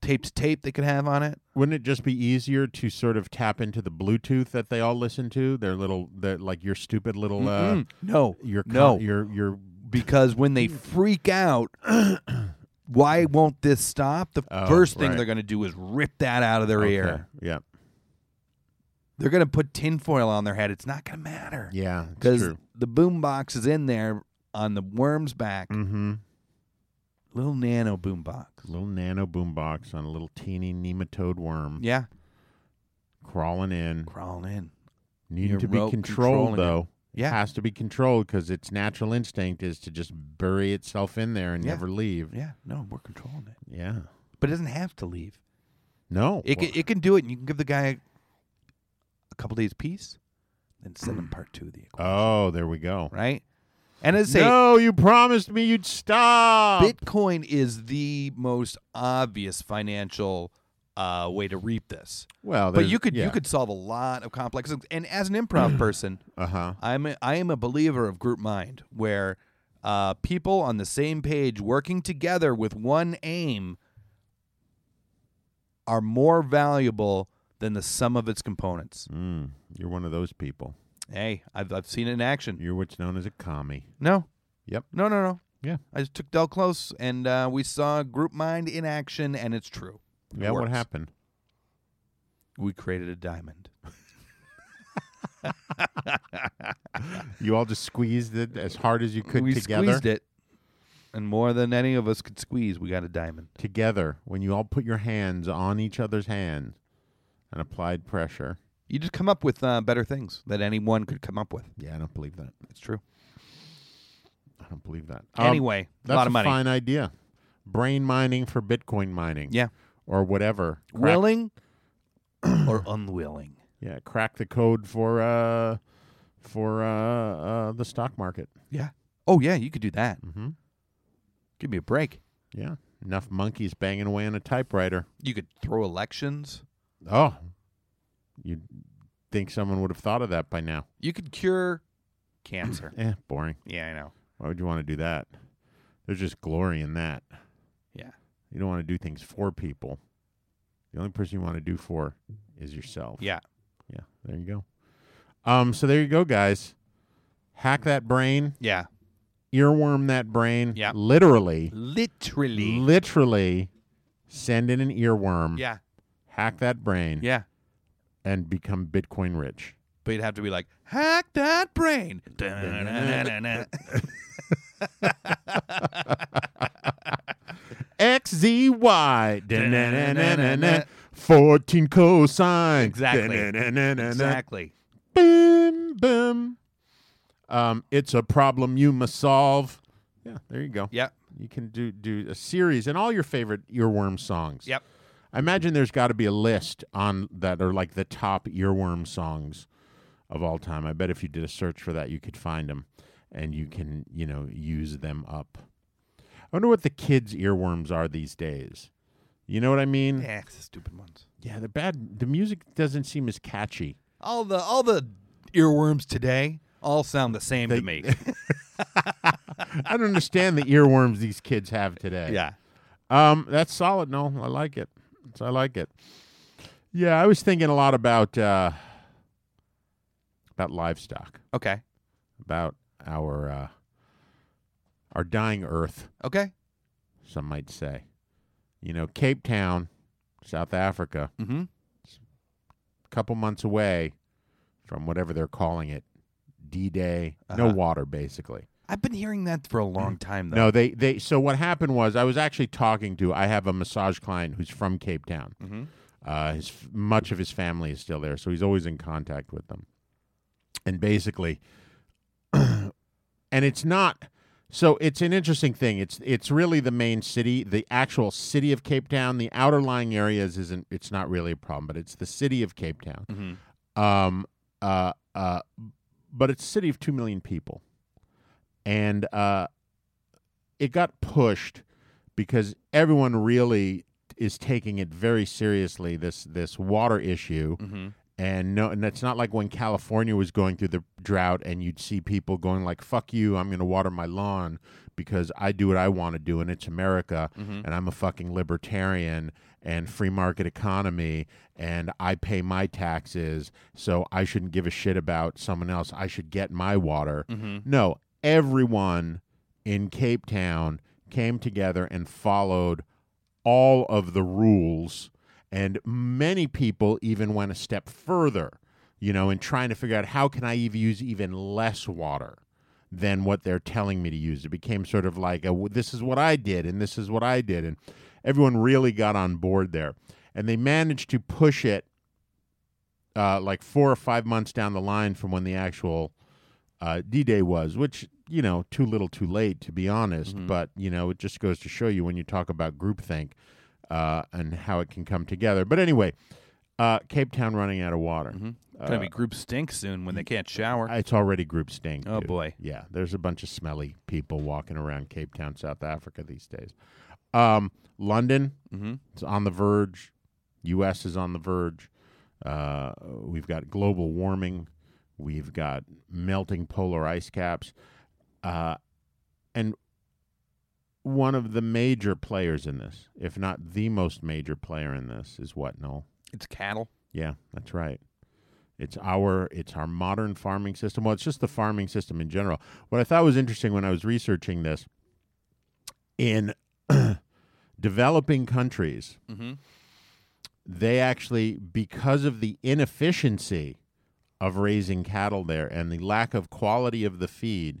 [SPEAKER 7] Taped tape they could have on it.
[SPEAKER 6] Wouldn't it just be easier to sort of tap into the Bluetooth that they all listen to? Their little, their, like your stupid little, uh,
[SPEAKER 7] Mm, no,
[SPEAKER 6] your co-
[SPEAKER 7] no,
[SPEAKER 6] your your.
[SPEAKER 7] because when they freak out, *coughs* why won't this stop? The
[SPEAKER 6] Oh,
[SPEAKER 7] first thing
[SPEAKER 6] right.
[SPEAKER 7] they're going to do is rip that out of their
[SPEAKER 6] Okay,
[SPEAKER 7] ear.
[SPEAKER 6] Yeah,
[SPEAKER 7] They're going to put tinfoil on their head. It's not going to matter.
[SPEAKER 6] yeah, it's
[SPEAKER 7] because
[SPEAKER 6] true.
[SPEAKER 7] the boom box is in there on the worm's back,
[SPEAKER 6] Mm-hmm.
[SPEAKER 7] little nano boom box.
[SPEAKER 6] Little nano boom box on a little teeny nematode worm
[SPEAKER 7] Yeah,
[SPEAKER 6] crawling in,
[SPEAKER 7] crawling in.
[SPEAKER 6] needing to be
[SPEAKER 7] remote
[SPEAKER 6] controlled
[SPEAKER 7] controlling it.
[SPEAKER 6] though.
[SPEAKER 7] Yeah.
[SPEAKER 6] has to be controlled because its natural instinct is to just bury itself in there and
[SPEAKER 7] Yeah.
[SPEAKER 6] never leave.
[SPEAKER 7] Yeah, no, we're controlling it,
[SPEAKER 6] Yeah,
[SPEAKER 7] but it doesn't have to leave.
[SPEAKER 6] no,
[SPEAKER 7] It can, it can do it, and you can give the guy a couple days peace, then send him part two of the equation,
[SPEAKER 6] oh, there we go.
[SPEAKER 7] right? And as I say,
[SPEAKER 6] no, you promised me you'd stop.
[SPEAKER 7] Bitcoin is the most obvious financial uh, way to reap this.
[SPEAKER 6] Well,
[SPEAKER 7] But
[SPEAKER 6] there's-
[SPEAKER 7] you could
[SPEAKER 6] yeah.
[SPEAKER 7] you could solve a lot of complex things. And as an *clears throat* improv person,
[SPEAKER 6] Uh huh.
[SPEAKER 7] I'm a, I am a believer of group mind, where uh, people on the same page working together with one aim are more valuable than the sum of its components.
[SPEAKER 6] Mm, you're one of those people.
[SPEAKER 7] Hey, I've I've seen it in action.
[SPEAKER 6] You're what's known as a commie.
[SPEAKER 7] No.
[SPEAKER 6] Yep.
[SPEAKER 7] No, no, no.
[SPEAKER 6] Yeah.
[SPEAKER 7] I just took Del close, and uh, we saw group mind in action, and it's true. It
[SPEAKER 6] yeah. What
[SPEAKER 7] works.
[SPEAKER 6] happened?
[SPEAKER 7] We created a diamond.
[SPEAKER 6] You all just squeezed it as hard as you could
[SPEAKER 7] we
[SPEAKER 6] together.
[SPEAKER 7] squeezed it, and more than any of us could squeeze, we got a diamond.
[SPEAKER 6] Together, when you all put your hands on each other's hands and applied pressure.
[SPEAKER 7] You just come up with uh, better things that anyone could come up with.
[SPEAKER 6] Yeah, I don't believe that.
[SPEAKER 7] It's true.
[SPEAKER 6] I don't believe that. Um,
[SPEAKER 7] Anyway,
[SPEAKER 6] that's
[SPEAKER 7] lot of money.
[SPEAKER 6] a fine idea. Brain mining for Bitcoin mining.
[SPEAKER 7] Yeah.
[SPEAKER 6] Or whatever. Crack-
[SPEAKER 7] Willing *clears throat* or unwilling?
[SPEAKER 6] Yeah, crack the code for uh for uh, uh the stock market.
[SPEAKER 7] Yeah. Mm-hmm. Oh yeah, you could do that.
[SPEAKER 6] Mhm.
[SPEAKER 7] Give me a break.
[SPEAKER 6] Yeah. Enough monkeys banging away on a typewriter.
[SPEAKER 7] You could throw elections.
[SPEAKER 6] Oh, you'd think someone would have thought of that by now.
[SPEAKER 7] You could cure cancer.
[SPEAKER 6] Eh, boring.
[SPEAKER 7] *clears throat* yeah, I know.
[SPEAKER 6] Why would you want to do that? There's just glory in that.
[SPEAKER 7] Yeah.
[SPEAKER 6] You don't want to do things for people. The only person you want to do for is yourself.
[SPEAKER 7] Yeah.
[SPEAKER 6] Yeah. There you go. Um. So there you go, guys. Hack that brain.
[SPEAKER 7] Yeah.
[SPEAKER 6] Earworm that brain.
[SPEAKER 7] Yeah.
[SPEAKER 6] Literally.
[SPEAKER 7] Literally.
[SPEAKER 6] Literally. Send in an earworm.
[SPEAKER 7] yeah.
[SPEAKER 6] Hack that brain.
[SPEAKER 7] Yeah.
[SPEAKER 6] And become Bitcoin rich.
[SPEAKER 7] But you'd have to be like, hack that *laughs* brain. Da-na-na-na-na.
[SPEAKER 6] XZY. 14 cosine.
[SPEAKER 7] Exactly.
[SPEAKER 6] Da-na-na-na-na-na.
[SPEAKER 7] exactly.
[SPEAKER 6] Boom, boom. Um, it's a problem you must solve. Yeah, there you go.
[SPEAKER 7] Yeah.
[SPEAKER 6] You can do do a series and all your favorite earworm songs.
[SPEAKER 7] *clears throat* Yep.
[SPEAKER 6] I imagine there's got to be a list on that are like the top earworm songs of all time. I bet if you did a search for that, you could find them, and you can you know use them up. I wonder what the kids' earworms are these days. You know what I mean?
[SPEAKER 7] Yeah, Eh, it's the stupid ones.
[SPEAKER 6] Yeah, the bad. The music doesn't seem as catchy.
[SPEAKER 7] All the all the earworms today all sound the same
[SPEAKER 6] They-
[SPEAKER 7] to *laughs* me.
[SPEAKER 6] I don't understand the earworms these kids have today.
[SPEAKER 7] yeah.
[SPEAKER 6] Um, that's solid. No, I like it. So I like it. Yeah, I was thinking a lot about uh, about livestock,
[SPEAKER 7] Okay.
[SPEAKER 6] about our uh, our dying Earth.
[SPEAKER 7] Okay.
[SPEAKER 6] Some might say, you know, Cape Town, South Africa,
[SPEAKER 7] Mm-hmm.
[SPEAKER 6] a couple months away from whatever they're calling it, D-Day. No
[SPEAKER 7] Uh-huh.
[SPEAKER 6] water, basically.
[SPEAKER 7] I've been hearing that for a long time though.
[SPEAKER 6] No, they they. So what happened was I was actually talking to. I have a massage client who's from Cape Town.
[SPEAKER 7] Mm-hmm.
[SPEAKER 6] Uh, his much of his family is still there, so he's always in contact with them. And basically, *clears throat* and it's not. So it's an interesting thing. It's it's really the main city, the actual city of Cape Town. The outer lying areas isn't. It's not really a problem, but it's the city of Cape Town.
[SPEAKER 7] Mm-hmm.
[SPEAKER 6] Um. Uh. Uh. But it's a city of two million people, and uh it got pushed because everyone really is taking it very seriously this this water issue
[SPEAKER 7] Mm-hmm.
[SPEAKER 6] and no and it's not like when California was going through the drought and you'd see people going like fuck you I'm going to water my lawn because I do what I want to do and it's America and I'm a fucking libertarian and free market economy and I pay my taxes so I shouldn't give a shit about someone else I should get my water no everyone in Cape Town came together and followed all of the rules. And many people even went a step further, you know, in trying to figure out how can I even use even less water than what they're telling me to use. It became sort of like a, this is what I did and this is what I did. And everyone really got on board there. And they managed to push it uh, like four or five months down the line from when the actual uh, D Day was, which, you know, too little too late, to be honest. But, you know, it just goes to show you when you talk about groupthink uh, and how it can come together. But anyway, uh, Cape Town running out of water.
[SPEAKER 7] Gonna be group stink soon when they can't shower.
[SPEAKER 6] It's already group stink.
[SPEAKER 7] Oh,
[SPEAKER 6] dude.
[SPEAKER 7] boy.
[SPEAKER 6] Yeah, there's a bunch of smelly people walking around Cape Town, South Africa these days. Um, London,
[SPEAKER 7] Mm-hmm.
[SPEAKER 6] it's on the verge. U.S. is on the verge. Uh, we've got global warming. We've got melting polar ice caps. Uh, and one of the major players in this, if not the most major player in this, is what, Noel?
[SPEAKER 7] it's cattle.
[SPEAKER 6] Yeah, that's right. It's our it's our modern farming system. Well, it's just the farming system in general. What I thought was interesting when I was researching this in *clears throat* developing countries, they actually because of the inefficiency of raising cattle there and the lack of quality of the feed,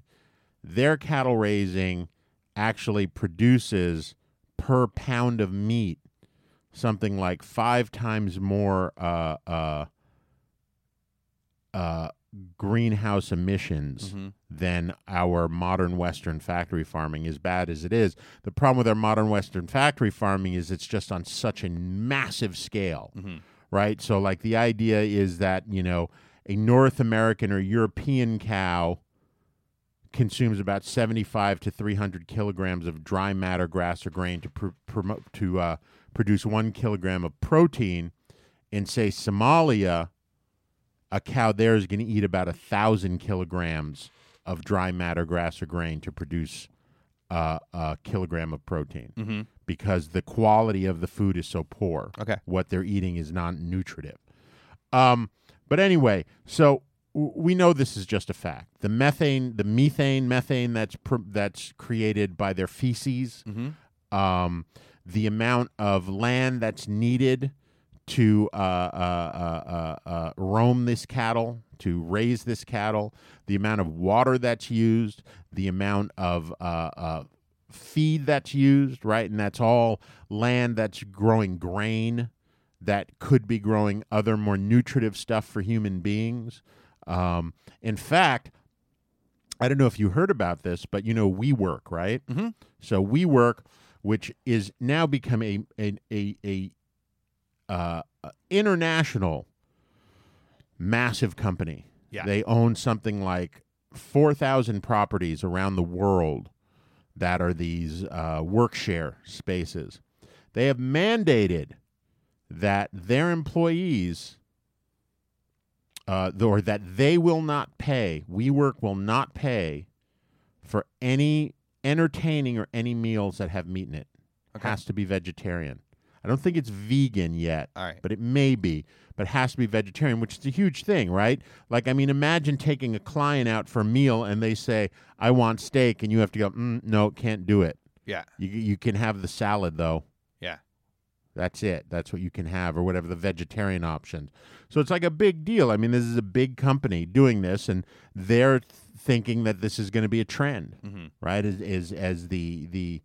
[SPEAKER 6] their cattle raising actually produces per pound of meat something like five times more uh, uh, uh, greenhouse emissions than our modern Western factory farming, as bad as it is. The problem with our modern Western factory farming is it's just on such a massive scale, right? So, like, the idea is that, you know, a North American or European cow consumes about 75 to 300 kilograms of dry matter, grass, or grain to pr- promote to uh, produce one kilogram of protein. In say Somalia, a cow there is going to eat about a thousand kilograms of dry matter, grass, or grain to produce uh, a kilogram of protein because the quality of the food is so poor.
[SPEAKER 7] Okay.
[SPEAKER 6] what they're eating is non-nutritive. Um, but anyway, so w- we know this is just a fact. The methane, the methane, methane that's pr- that's created by their feces, um, the amount of land that's needed to uh, uh, uh, uh, uh, roam this cattle, to raise this cattle, the amount of water that's used, the amount of uh, uh, feed that's used, right? And that's all land that's growing grain that could be growing other more nutritive stuff for human beings. Um, in fact, I don't know if you heard about this, but you know WeWork, right? Mm-hmm. So WeWork, which is now become a an a a uh, uh, international massive company.
[SPEAKER 7] Yeah.
[SPEAKER 6] They own something like 4,000 properties around the world that are these uh, workshare spaces. They have mandated that their employees, uh, th- or that they will not pay, WeWork will not pay for any entertaining or any meals that have meat in it.
[SPEAKER 7] Okay.
[SPEAKER 6] Has to be vegetarian. I don't think it's vegan yet,
[SPEAKER 7] All right.
[SPEAKER 6] but it may be. But it has to be vegetarian, which is a huge thing, right? Like, I mean, imagine taking a client out for a meal and they say, "I want steak," and you have to go, mm, "No, can't do it.
[SPEAKER 7] Yeah.
[SPEAKER 6] You you can have the salad though."
[SPEAKER 7] Yeah.
[SPEAKER 6] That's it. That's what you can have, or whatever the vegetarian options. So it's like a big deal. I mean, this is a big company doing this, and they're th- thinking that this is going to be a trend, right? Is is as the the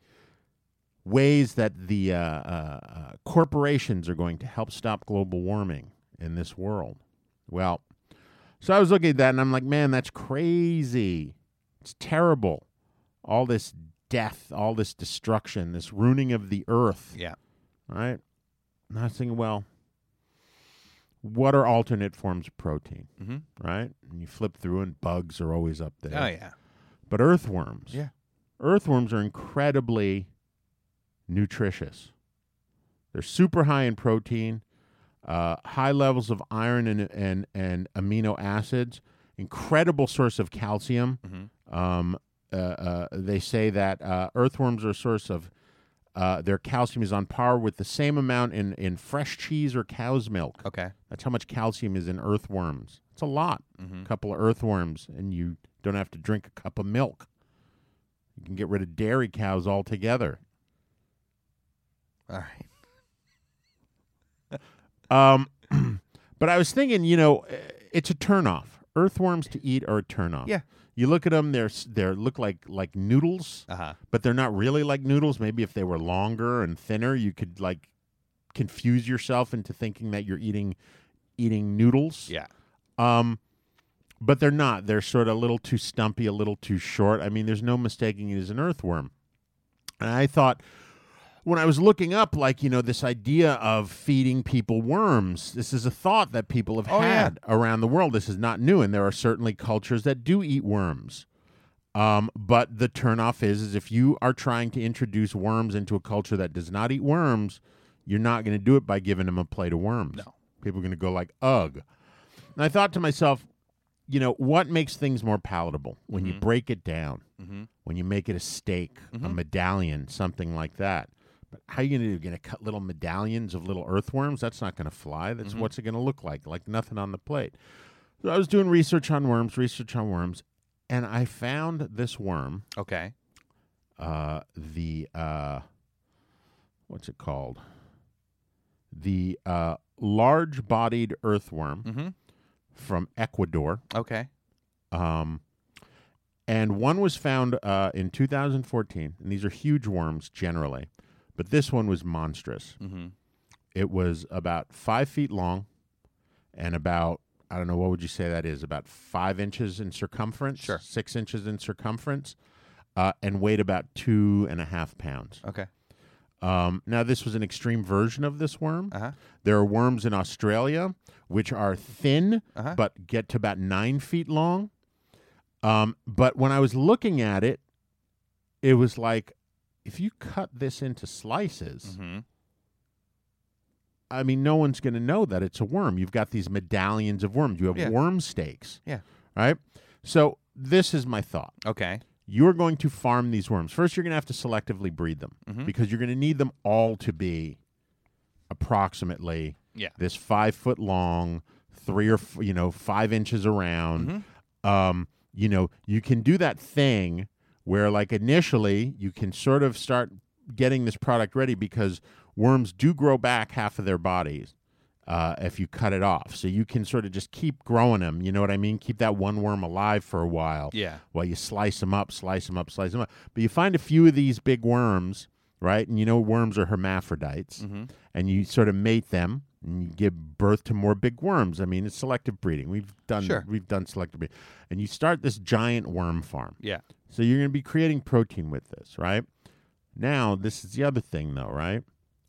[SPEAKER 6] ways that the uh, uh, uh, corporations are going to help stop global warming in this world. Well, so I was looking at that, and I'm like, man, that's crazy. It's terrible. All this death, all this destruction, this ruining of the earth.
[SPEAKER 7] Yeah.
[SPEAKER 6] All right. And I was thinking, well, what are alternate forms of protein?
[SPEAKER 7] Mhm.
[SPEAKER 6] Right? And you flip through, and bugs are always up there.
[SPEAKER 7] Oh yeah.
[SPEAKER 6] But earthworms.
[SPEAKER 7] Yeah.
[SPEAKER 6] Earthworms are incredibly nutritious. They're super high in protein, uh, high levels of iron and, and, and amino acids, incredible source of calcium. Um, uh, uh, they say that uh, earthworms are a source of uh, their calcium is on par with the same amount in, in fresh cheese or cow's milk.
[SPEAKER 7] Okay.
[SPEAKER 6] That's how much calcium is in earthworms. It's a lot.
[SPEAKER 7] Mm-hmm.
[SPEAKER 6] A couple of earthworms, and you don't have to drink a cup of milk. You can get rid of dairy cows altogether.
[SPEAKER 7] All right.
[SPEAKER 6] Um, *clears throat* but I was thinking, you know, eh, it's a turnoff. Earthworms to eat are a turnoff.
[SPEAKER 7] Yeah.
[SPEAKER 6] You look at them; they're s- they're look like like noodles,
[SPEAKER 7] Uh huh.
[SPEAKER 6] but they're not really like noodles. Maybe if they were longer and thinner, you could like confuse yourself into thinking that you're eating eating noodles.
[SPEAKER 7] Yeah.
[SPEAKER 6] Um, but they're not. They're sort of a little too stumpy, a little too short. I mean, there's no mistaking it as an earthworm. And I thought when I was looking up, like, you know, this idea of feeding people worms, this is a thought that people have
[SPEAKER 7] Oh, yeah.
[SPEAKER 6] had around the world. This is not new. And there are certainly cultures that do eat worms. Um, but the turnoff is, is if you are trying to introduce worms into a culture that does not eat worms, you're not going to do it by giving them a plate of worms. No. People are going to go like, ugh. And I thought to myself, you know, what makes things more palatable when you break it down, when you make it a steak, a medallion, something like that. But how are you going to do? Going to cut little medallions of little earthworms? That's not going to fly. That's what's it going to look like? Like nothing on the plate. So I was doing research on worms, research on worms, and I found this worm,
[SPEAKER 7] Okay.
[SPEAKER 6] uh, the uh, what's it called? The uh, large-bodied earthworm
[SPEAKER 7] Mhm.
[SPEAKER 6] from Ecuador.
[SPEAKER 7] Okay.
[SPEAKER 6] Um, and one was found uh, in 2014, and these are huge worms generally, but this one was monstrous.
[SPEAKER 7] Mhm.
[SPEAKER 6] It was about five feet long and about, I don't know, what would you say that is? About five inches in circumference?
[SPEAKER 7] Sure.
[SPEAKER 6] Six inches in circumference, uh, and weighed about two and a half pounds.
[SPEAKER 7] Okay.
[SPEAKER 6] Um, now, this was an extreme version of this worm.
[SPEAKER 7] Uh huh.
[SPEAKER 6] There are worms in Australia which are thin
[SPEAKER 7] Uh-huh.
[SPEAKER 6] but get to about nine feet long. Um, but when I was looking at it, it was like if you cut this into slices,
[SPEAKER 7] Mm-hmm.
[SPEAKER 6] I mean, no one's going to know that it's a worm. You've got these medallions of worms. You have
[SPEAKER 7] Yeah.
[SPEAKER 6] worm steaks,
[SPEAKER 7] Yeah.
[SPEAKER 6] right? So this is my thought.
[SPEAKER 7] Okay.
[SPEAKER 6] You're going to farm these worms. First, you're going to have to selectively breed them
[SPEAKER 7] Mm-hmm.
[SPEAKER 6] because you're going to need them all to be approximately
[SPEAKER 7] Yeah.
[SPEAKER 6] this five foot long, three or f- you know five inches around.
[SPEAKER 7] Mm-hmm.
[SPEAKER 6] Um, you know, you can do that thing where like initially you can sort of start getting this product ready because worms do grow back half of their bodies uh, if you cut it off. So you can sort of just keep growing them. You know what I mean? Keep that one worm alive for a while
[SPEAKER 7] Yeah.
[SPEAKER 6] while you slice them up, slice them up, slice them up. But you find a few of these big worms, right? And you know worms are hermaphrodites, and you sort of mate them. and you give birth to more big worms. I mean, it's selective breeding. We've done
[SPEAKER 7] Sure.
[SPEAKER 6] we've done selective breeding, and you start this giant worm farm.
[SPEAKER 7] Yeah.
[SPEAKER 6] So you're going to be creating protein with this, right? Now, this is the other thing, though, right?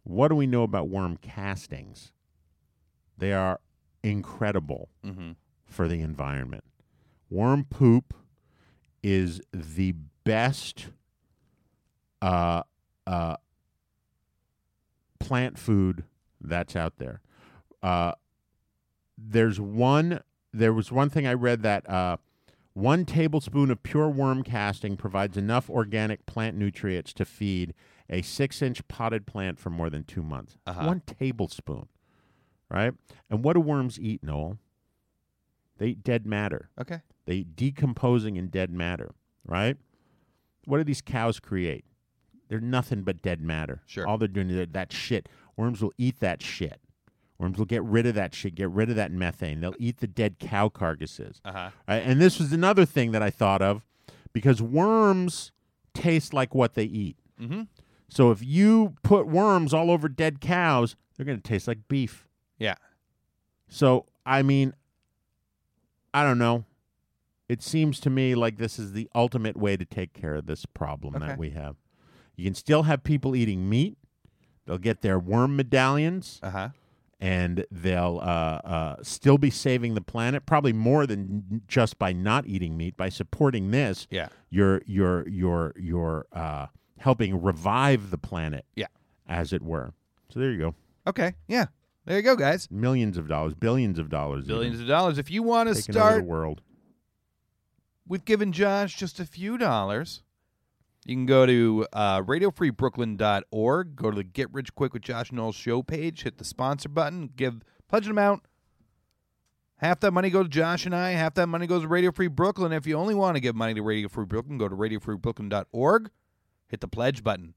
[SPEAKER 6] What do we know about worm castings? They are incredible
[SPEAKER 7] Mm-hmm.
[SPEAKER 6] for the environment. Worm poop is the best uh, uh, plant food that's out there. Uh, there's one. There was one thing I read that uh, one tablespoon of pure worm casting provides enough organic plant nutrients to feed a six-inch potted plant for more than two months. One tablespoon, right? And what do worms eat, Noel? They eat dead matter.
[SPEAKER 7] Okay.
[SPEAKER 6] They eat decomposing and dead matter, right? What do these cows create? They're nothing but dead matter.
[SPEAKER 7] Sure.
[SPEAKER 6] All they're doing is that shit. Worms will eat that shit. Worms will get rid of that shit, get rid of that methane. They'll eat the dead cow carcasses.
[SPEAKER 7] Uh-huh.
[SPEAKER 6] Right, And this was another thing that I thought of because worms taste like what they eat.
[SPEAKER 7] Mm-hmm.
[SPEAKER 6] So if you put worms all over dead cows, they're going to taste like beef.
[SPEAKER 7] Yeah.
[SPEAKER 6] So, I mean, I don't know. It seems to me like this is the ultimate way to take care of this problem
[SPEAKER 7] Okay.
[SPEAKER 6] that we have. You can still have people eating meat. They'll get their worm medallions
[SPEAKER 7] Uh huh.
[SPEAKER 6] and they'll uh, uh, still be saving the planet, probably more than n- just by not eating meat. By supporting this,
[SPEAKER 7] Yeah.
[SPEAKER 6] you're you're you're you're uh, helping revive the planet,
[SPEAKER 7] Yeah.
[SPEAKER 6] as it were. So there you go,
[SPEAKER 7] Okay. Yeah. There you go, guys.
[SPEAKER 6] millions of dollars, billions of dollars,
[SPEAKER 7] Billions
[SPEAKER 6] even,
[SPEAKER 7] of dollars. If you want to
[SPEAKER 6] taking over
[SPEAKER 7] start
[SPEAKER 6] the world.
[SPEAKER 7] with giving Josh just a few dollars, you can go to uh, radiofreebrooklyn.org, go to the Get Rich Quick with Josh Knowles show page, hit the sponsor button, give pledge an amount. Half that money goes to Josh and I, half that money goes to Radio Free Brooklyn. If you only want to give money to Radio Free Brooklyn, go to radiofreebrooklyn.org, hit the pledge button.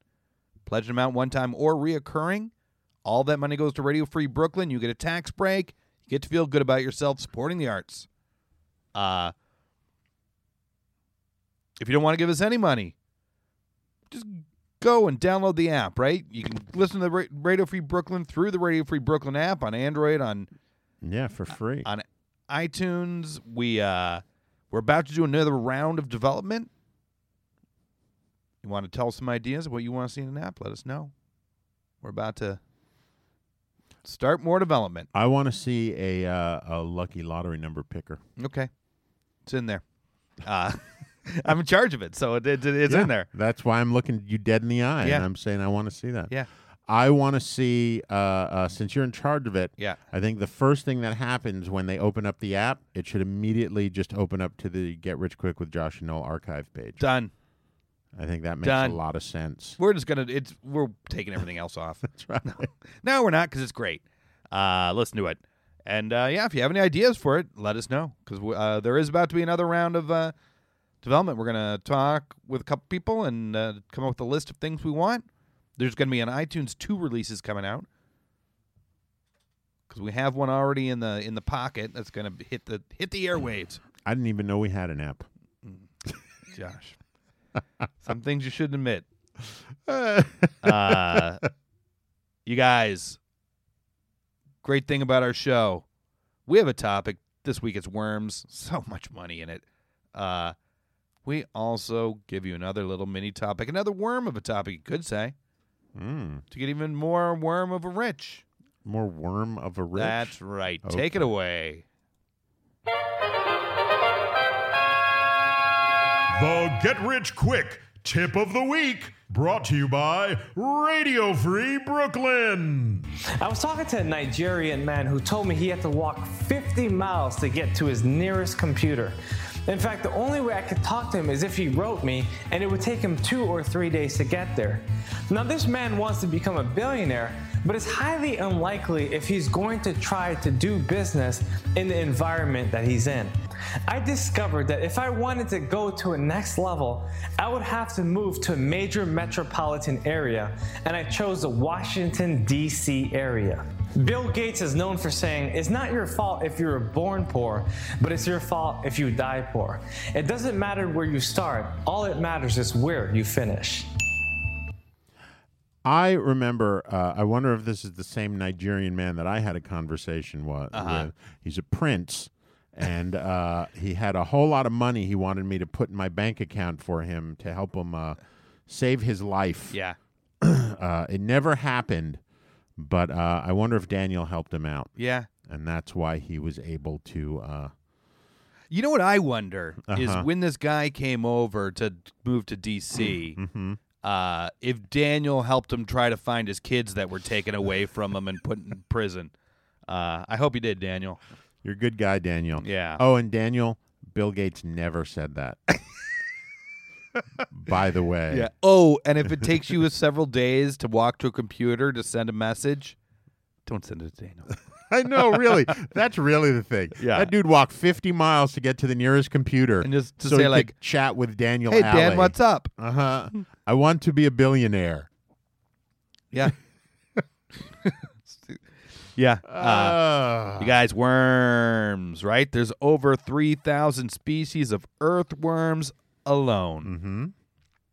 [SPEAKER 7] Pledge an amount one time or reoccurring. All that money goes to Radio Free Brooklyn. You get a tax break. You get to feel good about yourself supporting the arts. Uh, if you don't want to give us any money, just go and download the app, right? You can listen to the Ra- Radio Free Brooklyn through the Radio Free Brooklyn app on Android, on
[SPEAKER 6] Yeah, for free.
[SPEAKER 7] on iTunes. We uh we're about to do another round of development. You want to tell us some ideas of what you want to see in an app? Let us know. We're about to start more development.
[SPEAKER 6] I want to see a uh, a lucky lottery number picker.
[SPEAKER 7] Okay, it's in there. Uh, *laughs* I'm in charge of it, so it, it, it's
[SPEAKER 6] Yeah,
[SPEAKER 7] in there.
[SPEAKER 6] That's why I'm looking you dead in the eye.
[SPEAKER 7] Yeah.
[SPEAKER 6] and I'm saying I want to see that.
[SPEAKER 7] Yeah.
[SPEAKER 6] I want to see, uh, uh, since you're in charge of it,
[SPEAKER 7] Yeah.
[SPEAKER 6] I think the first thing that happens when they open up the app, it should immediately just open up to the Get Rich Quick with Josh and Noel archive page.
[SPEAKER 7] Done.
[SPEAKER 6] I think that makes
[SPEAKER 7] Done.
[SPEAKER 6] a lot
[SPEAKER 7] *laughs*
[SPEAKER 6] of sense.
[SPEAKER 7] We're just gonna. It's we're taking everything else off.
[SPEAKER 6] That's right.
[SPEAKER 7] No, we're not because it's great. Uh, listen to it. And uh, yeah, if you have any ideas for it, let us know because uh, there is about to be another round of uh, development. We're going to talk with a couple people and uh, come up with a list of things we want. There's going to be an iTunes 2 releases coming out because we have one already in the in the pocket that's going to hit the hit the airwaves.
[SPEAKER 6] *laughs* I didn't even know we had an app.
[SPEAKER 7] Josh, some things you shouldn't admit. uh, you guys, great thing about our show, we have a topic this week. It's worms. *laughs* So much money in it. Uh, we also give you another little mini topic, another worm of a topic, you could say,
[SPEAKER 6] Mm,
[SPEAKER 7] to get even more worm of a rich.
[SPEAKER 6] more worm of a rich.
[SPEAKER 7] That's right. Take it
[SPEAKER 6] Okay.
[SPEAKER 7] away.
[SPEAKER 8] The Get Rich Quick Tip of the Week, brought to you by Radio Free Brooklyn.
[SPEAKER 9] I was talking to a Nigerian man who told me he had to walk 50 miles to get to his nearest computer. In fact, the only way I could talk to him is if he wrote me, and it would take him two or three days to get there. Now, this man wants to become a billionaire, but it's highly unlikely if he's going to try to do business in the environment that he's in. I discovered that if I wanted to go to a next level, I would have to move to a major metropolitan area, and I chose the Washington, D.C. area. Bill Gates is known for saying, It's not your fault if you were born poor, but it's your fault if you die poor. It doesn't matter where you start, all it matters is where you finish.
[SPEAKER 6] I remember. Uh, I wonder if this is the same Nigerian man that I had a conversation wa- with. He's a prince, and uh, he had a whole lot of money. He wanted me to put in my bank account for him to help him uh, save his life.
[SPEAKER 7] Yeah.
[SPEAKER 6] Uh, it never happened, but uh, I wonder if Daniel helped him out,
[SPEAKER 7] Yeah.
[SPEAKER 6] and that's why he was able to. Uh,
[SPEAKER 7] You know what I wonder is when this guy came over to move to DC, uh, if Daniel helped him try to find his kids that were taken away from him and put in *laughs* prison. Uh, I hope he did, Daniel.
[SPEAKER 6] You're a good guy, Daniel.
[SPEAKER 7] Yeah.
[SPEAKER 6] Oh, and Daniel, Bill Gates never said that. By the way.
[SPEAKER 7] Oh, and if it takes you several days to walk to a computer to send a message, don't send it to Daniel.
[SPEAKER 6] *laughs* I know, really. That's really the thing.
[SPEAKER 7] Yeah.
[SPEAKER 6] That dude walked 50 miles to get to the nearest computer
[SPEAKER 7] And just to
[SPEAKER 6] so
[SPEAKER 7] say,
[SPEAKER 6] he could
[SPEAKER 7] like,
[SPEAKER 6] chat with Daniel
[SPEAKER 7] hey, Dan, what's up?
[SPEAKER 6] Uh huh. I want to be a billionaire.
[SPEAKER 7] Yeah. *laughs* yeah. Uh,
[SPEAKER 6] Uh,
[SPEAKER 7] You guys, worms, right? There's over 3,000 species of earthworms alone. Mm-hmm.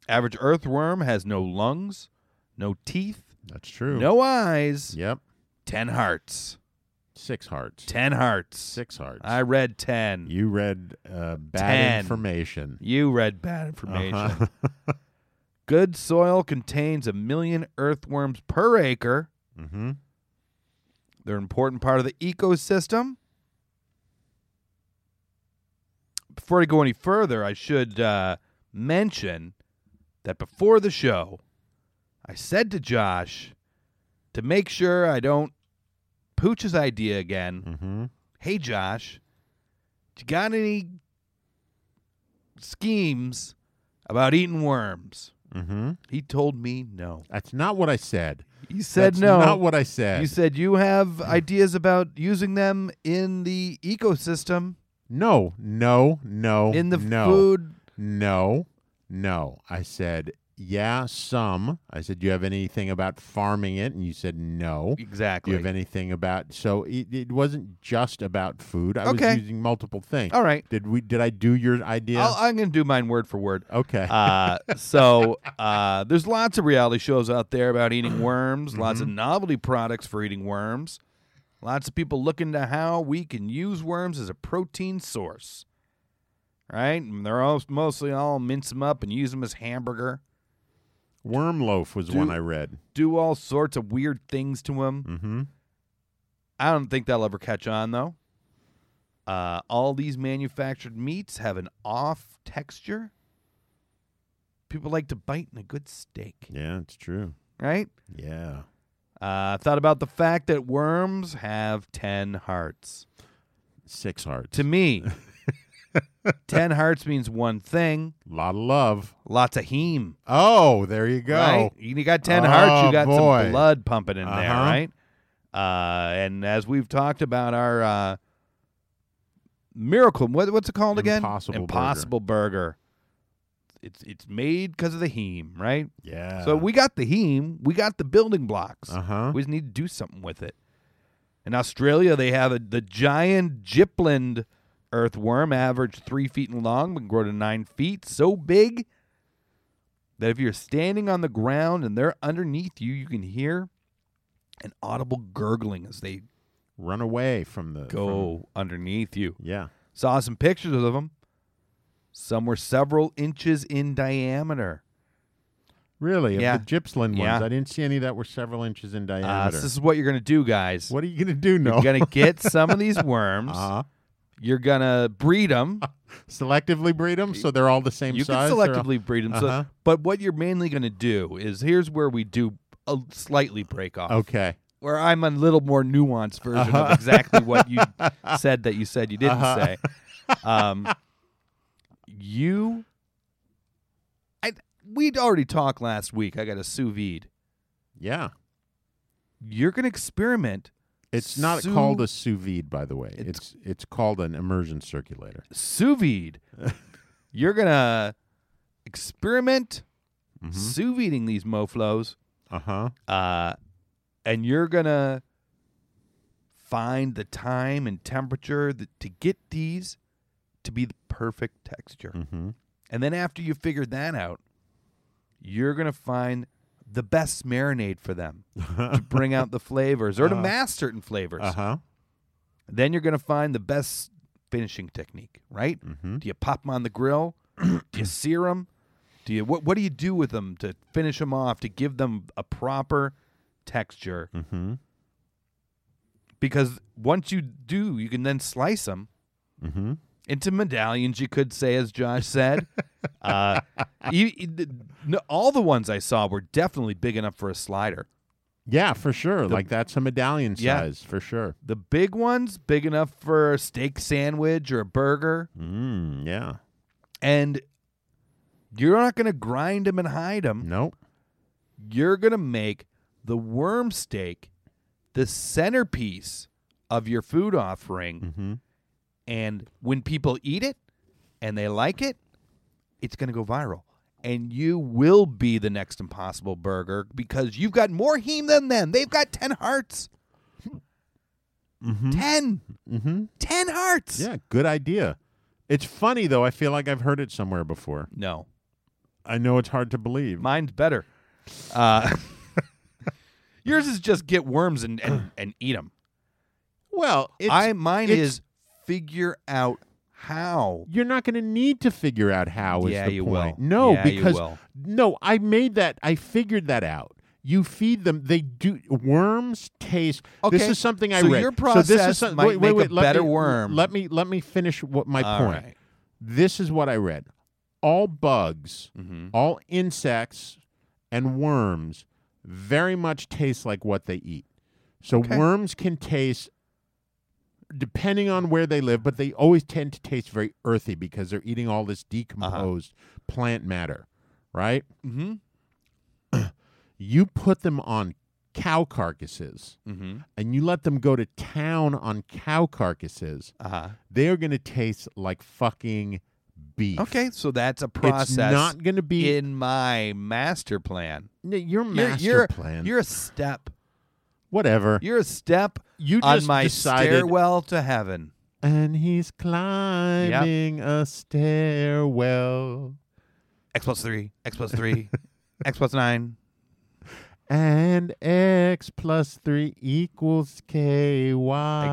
[SPEAKER 7] Average earthworm has no lungs, no teeth,
[SPEAKER 6] that's true.
[SPEAKER 7] no eyes,
[SPEAKER 6] Yep.
[SPEAKER 7] 10 hearts.
[SPEAKER 6] Six hearts.
[SPEAKER 7] 10 hearts.
[SPEAKER 6] Six hearts.
[SPEAKER 7] I read 10. You,
[SPEAKER 6] you read uh, bad
[SPEAKER 7] Ten.
[SPEAKER 6] information.
[SPEAKER 7] read bad information.
[SPEAKER 6] Uh-huh. *laughs*
[SPEAKER 7] Good soil contains a million earthworms per acre.
[SPEAKER 6] mm-hmm.
[SPEAKER 7] They're an important part of the ecosystem. Before I go any further, I should uh, mention that before the show, I said to Josh to make sure I don't pooch his idea again.
[SPEAKER 6] Mm-hmm.
[SPEAKER 7] Hey, Josh, you got any schemes about eating worms?
[SPEAKER 6] Mm-hmm.
[SPEAKER 7] He told me no.
[SPEAKER 6] That's not what I said.
[SPEAKER 7] He said
[SPEAKER 6] That's
[SPEAKER 7] no.
[SPEAKER 6] Not what I said.
[SPEAKER 7] You said you have ideas about using them in the ecosystem,
[SPEAKER 6] no, no, no.
[SPEAKER 7] in the
[SPEAKER 6] no,
[SPEAKER 7] food.
[SPEAKER 6] No, no. I said yeah, some. I said, do you have anything about farming it? And you said no. Do
[SPEAKER 7] Exactly.
[SPEAKER 6] you have anything about? So it, it wasn't just about food. I
[SPEAKER 7] Okay.
[SPEAKER 6] was using multiple things.
[SPEAKER 7] All right.
[SPEAKER 6] Did we? Did I do your idea?
[SPEAKER 7] I'll, I'm going to do mine word for word.
[SPEAKER 6] okay.
[SPEAKER 7] Uh, so uh, there's lots of reality shows out there about eating worms, lots of novelty products for eating worms, lots of people looking to how we can use worms as a protein source. Right? And they're all, mostly all mince them up and use them as hamburger.
[SPEAKER 6] Worm loaf was
[SPEAKER 7] do-
[SPEAKER 6] one I read.
[SPEAKER 7] do all sorts of weird things to him.
[SPEAKER 6] Mm-hmm.
[SPEAKER 7] I don't think that'll ever catch on though. Uh, all these manufactured meats have an off texture. People like to bite in a good steak,
[SPEAKER 6] Yeah, it's true.
[SPEAKER 7] right?
[SPEAKER 6] Yeah.
[SPEAKER 7] Uh, thought about the fact that worms have ten hearts.
[SPEAKER 6] Six hearts.
[SPEAKER 7] To me, ten hearts means one thing:
[SPEAKER 6] lot of love.
[SPEAKER 7] lots of heme.
[SPEAKER 6] Oh, there you go.
[SPEAKER 7] Right? You got 10
[SPEAKER 6] Oh,
[SPEAKER 7] hearts, you got
[SPEAKER 6] boy.
[SPEAKER 7] some blood pumping in there,
[SPEAKER 6] Uh-huh.
[SPEAKER 7] right? Uh, and as we've talked about our uh, miracle, what, what's it called again?
[SPEAKER 6] Impossible Burger.
[SPEAKER 7] Impossible burger. It's it's made because of the heme, right?
[SPEAKER 6] Yeah.
[SPEAKER 7] So we got the heme, we got the building blocks.
[SPEAKER 6] Uh-huh.
[SPEAKER 7] We just need to do something with it. In Australia, they have a, the giant Gipland earthworm, average three feet in long, but can grow to nine feet. So big that if you're standing on the ground and they're underneath you, you can hear an audible gurgling as they
[SPEAKER 6] run away from the
[SPEAKER 7] go underneath you.
[SPEAKER 6] from- yeah.
[SPEAKER 7] Saw some pictures of them. Some were several inches in diameter.
[SPEAKER 6] Really?
[SPEAKER 7] Yeah.
[SPEAKER 6] Of the Gippsland ones.
[SPEAKER 7] Yeah.
[SPEAKER 6] I didn't see any that were several inches in
[SPEAKER 7] Uh,
[SPEAKER 6] diameter.
[SPEAKER 7] so this is what you're going to do, guys.
[SPEAKER 6] what are you gonna do? No.
[SPEAKER 7] You're going to get some of these worms.
[SPEAKER 6] *laughs* uh-huh.
[SPEAKER 7] You're going to breed
[SPEAKER 6] *laughs*
[SPEAKER 7] them.
[SPEAKER 6] selectively breed them so they're all the same
[SPEAKER 7] you
[SPEAKER 6] size.
[SPEAKER 7] can
[SPEAKER 6] They're all-
[SPEAKER 7] selectively breed them.
[SPEAKER 6] Uh-huh.
[SPEAKER 7] So, but what you're mainly going to do is here's where we do a slightly break off.
[SPEAKER 6] Okay. Uh-huh.
[SPEAKER 7] Where I'm a little more nuanced version of exactly what
[SPEAKER 6] *laughs*
[SPEAKER 7] you said that you said you didn't say. Um, you, I we'd already talked last week. I got a sous vide.
[SPEAKER 6] Yeah.
[SPEAKER 7] You're going to experiment.
[SPEAKER 6] It's not
[SPEAKER 7] Sous-
[SPEAKER 6] called a sous vide, by the way.
[SPEAKER 7] It's-
[SPEAKER 6] It's it's called an immersion circulator.
[SPEAKER 7] sous vide. You're gonna experiment sous videing these moflos,
[SPEAKER 6] Uh huh.
[SPEAKER 7] uh, and you're gonna find the time and temperature that, to get these to be the perfect texture.
[SPEAKER 6] Mm-hmm.
[SPEAKER 7] And then after you figure that out, you're gonna find the best marinade for them to bring out the flavors or to mask certain flavors.
[SPEAKER 6] huh?
[SPEAKER 7] Then you're going to find the best finishing technique, right? Do you pop them on the grill? do you sear them? Do you what? What do you do with them to finish them off to give them a proper texture? Mm-hmm. Because once you do, you can then slice them into medallions. You could say, as Josh said, uh, you, you- the- no, all the ones I saw were definitely big enough for a slider.
[SPEAKER 6] Yeah, for sure. like that's a medallion
[SPEAKER 7] Yeah.
[SPEAKER 6] size for sure.
[SPEAKER 7] The big ones, big enough for a steak sandwich or a burger.
[SPEAKER 6] Mm, yeah.
[SPEAKER 7] and you're not going to grind them and hide them.
[SPEAKER 6] Nope.
[SPEAKER 7] You're going to make the worm steak the centerpiece of your food offering. And when people eat it and they like it, it's going to go viral. And you will be the next impossible burger because you've got more heme than them. They've got 10 hearts. 10. 10 hearts.
[SPEAKER 6] Yeah, good idea. It's funny though. I feel like I've heard it somewhere before.
[SPEAKER 7] No.
[SPEAKER 6] I know it's hard to believe.
[SPEAKER 7] Mine's better. Uh, *laughs* yours is just get worms and, and, and eat them.
[SPEAKER 6] well, it's,
[SPEAKER 7] I mine
[SPEAKER 6] it's-
[SPEAKER 7] is figure out how.
[SPEAKER 6] You're not going to need to figure out how is
[SPEAKER 7] Yeah,
[SPEAKER 6] the
[SPEAKER 7] you
[SPEAKER 6] point.
[SPEAKER 7] will.
[SPEAKER 6] No,
[SPEAKER 7] Yeah, you
[SPEAKER 6] because
[SPEAKER 7] will.
[SPEAKER 6] no, I made that. I figured that out. You feed them. They do. Worms taste. This
[SPEAKER 7] Okay,
[SPEAKER 6] is something I
[SPEAKER 7] so
[SPEAKER 6] read.
[SPEAKER 7] your
[SPEAKER 6] so this is
[SPEAKER 7] process
[SPEAKER 6] some-
[SPEAKER 7] might
[SPEAKER 6] wait, wait,
[SPEAKER 7] make a
[SPEAKER 6] wait, let
[SPEAKER 7] better
[SPEAKER 6] me-
[SPEAKER 7] worm.
[SPEAKER 6] Let me let me finish what my
[SPEAKER 7] All
[SPEAKER 6] point.
[SPEAKER 7] right.
[SPEAKER 6] This is what I read. All bugs,
[SPEAKER 7] Mm-hmm.
[SPEAKER 6] all insects, and worms very much taste like what they eat. So worms can taste depending on where they live, but they always tend to taste very earthy because they're eating all
[SPEAKER 7] Uh-huh.
[SPEAKER 6] this decomposed plant matter, right? Mm-hmm. *clears throat* you put them on cow carcasses
[SPEAKER 7] Mm-hmm.
[SPEAKER 6] and you let them go to town on cow carcasses,
[SPEAKER 7] Uh-huh.
[SPEAKER 6] they're going to taste like fucking beef.
[SPEAKER 7] Okay, so that's a process.
[SPEAKER 6] It's not going to be
[SPEAKER 7] in my master plan.
[SPEAKER 6] n- your
[SPEAKER 7] You're-
[SPEAKER 6] master
[SPEAKER 7] you're,
[SPEAKER 6] plan.
[SPEAKER 7] You're a step.
[SPEAKER 6] whatever.
[SPEAKER 7] You're a step
[SPEAKER 6] You
[SPEAKER 7] on
[SPEAKER 6] just
[SPEAKER 7] my
[SPEAKER 6] decided-
[SPEAKER 7] stairwell to heaven.
[SPEAKER 6] and he's climbing a stairwell.
[SPEAKER 7] X plus three. X plus *laughs* three. X plus nine.
[SPEAKER 6] And x plus three equals ky. Exactly.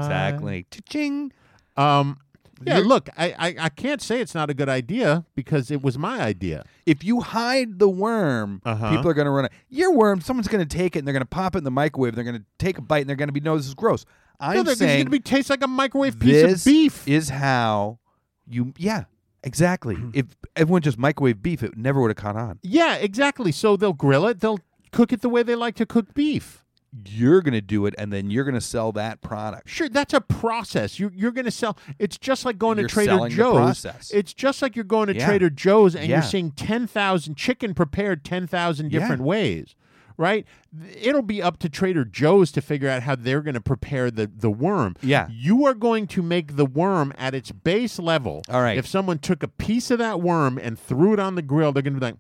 [SPEAKER 7] Exactly. Ching.
[SPEAKER 6] Um, yeah.
[SPEAKER 7] You're-
[SPEAKER 6] Look, I, I I can't say it's not a good idea because it was my idea.
[SPEAKER 7] if you hide the worm,
[SPEAKER 6] Uh-huh.
[SPEAKER 7] people are going to run it. Your worm, someone's going to take it and they're going to pop it in the microwave. They're going to take a bite and they're going to be, no, this is gross. I'm
[SPEAKER 6] no, it's
[SPEAKER 7] saying
[SPEAKER 6] gonna be taste like a microwave piece
[SPEAKER 7] this
[SPEAKER 6] of beef.
[SPEAKER 7] is how you, yeah, exactly.
[SPEAKER 6] Hmm.
[SPEAKER 7] if everyone just microwave beef, it never would have caught on.
[SPEAKER 6] yeah, exactly. So they'll grill it. They'll cook it the way they like to cook beef.
[SPEAKER 7] You're going to do it and then you're going to sell that product.
[SPEAKER 6] Sure, that's a process. You're you're gonna sell. It's just like going
[SPEAKER 7] You're
[SPEAKER 6] to Trader
[SPEAKER 7] selling the
[SPEAKER 6] Joe's.
[SPEAKER 7] process.
[SPEAKER 6] It's just like you're going to
[SPEAKER 7] Yeah.
[SPEAKER 6] Trader Joe's and
[SPEAKER 7] Yeah.
[SPEAKER 6] you're seeing ten thousand chicken prepared ten thousand
[SPEAKER 7] Yeah.
[SPEAKER 6] different ways. Right? Th- It'll be up to Trader Joe's to figure out how they're going to prepare the, the worm.
[SPEAKER 7] Yeah.
[SPEAKER 6] You are going to make the worm at its base level.
[SPEAKER 7] All right.
[SPEAKER 6] If someone took a piece of that worm and threw it on the grill, they're going to be like,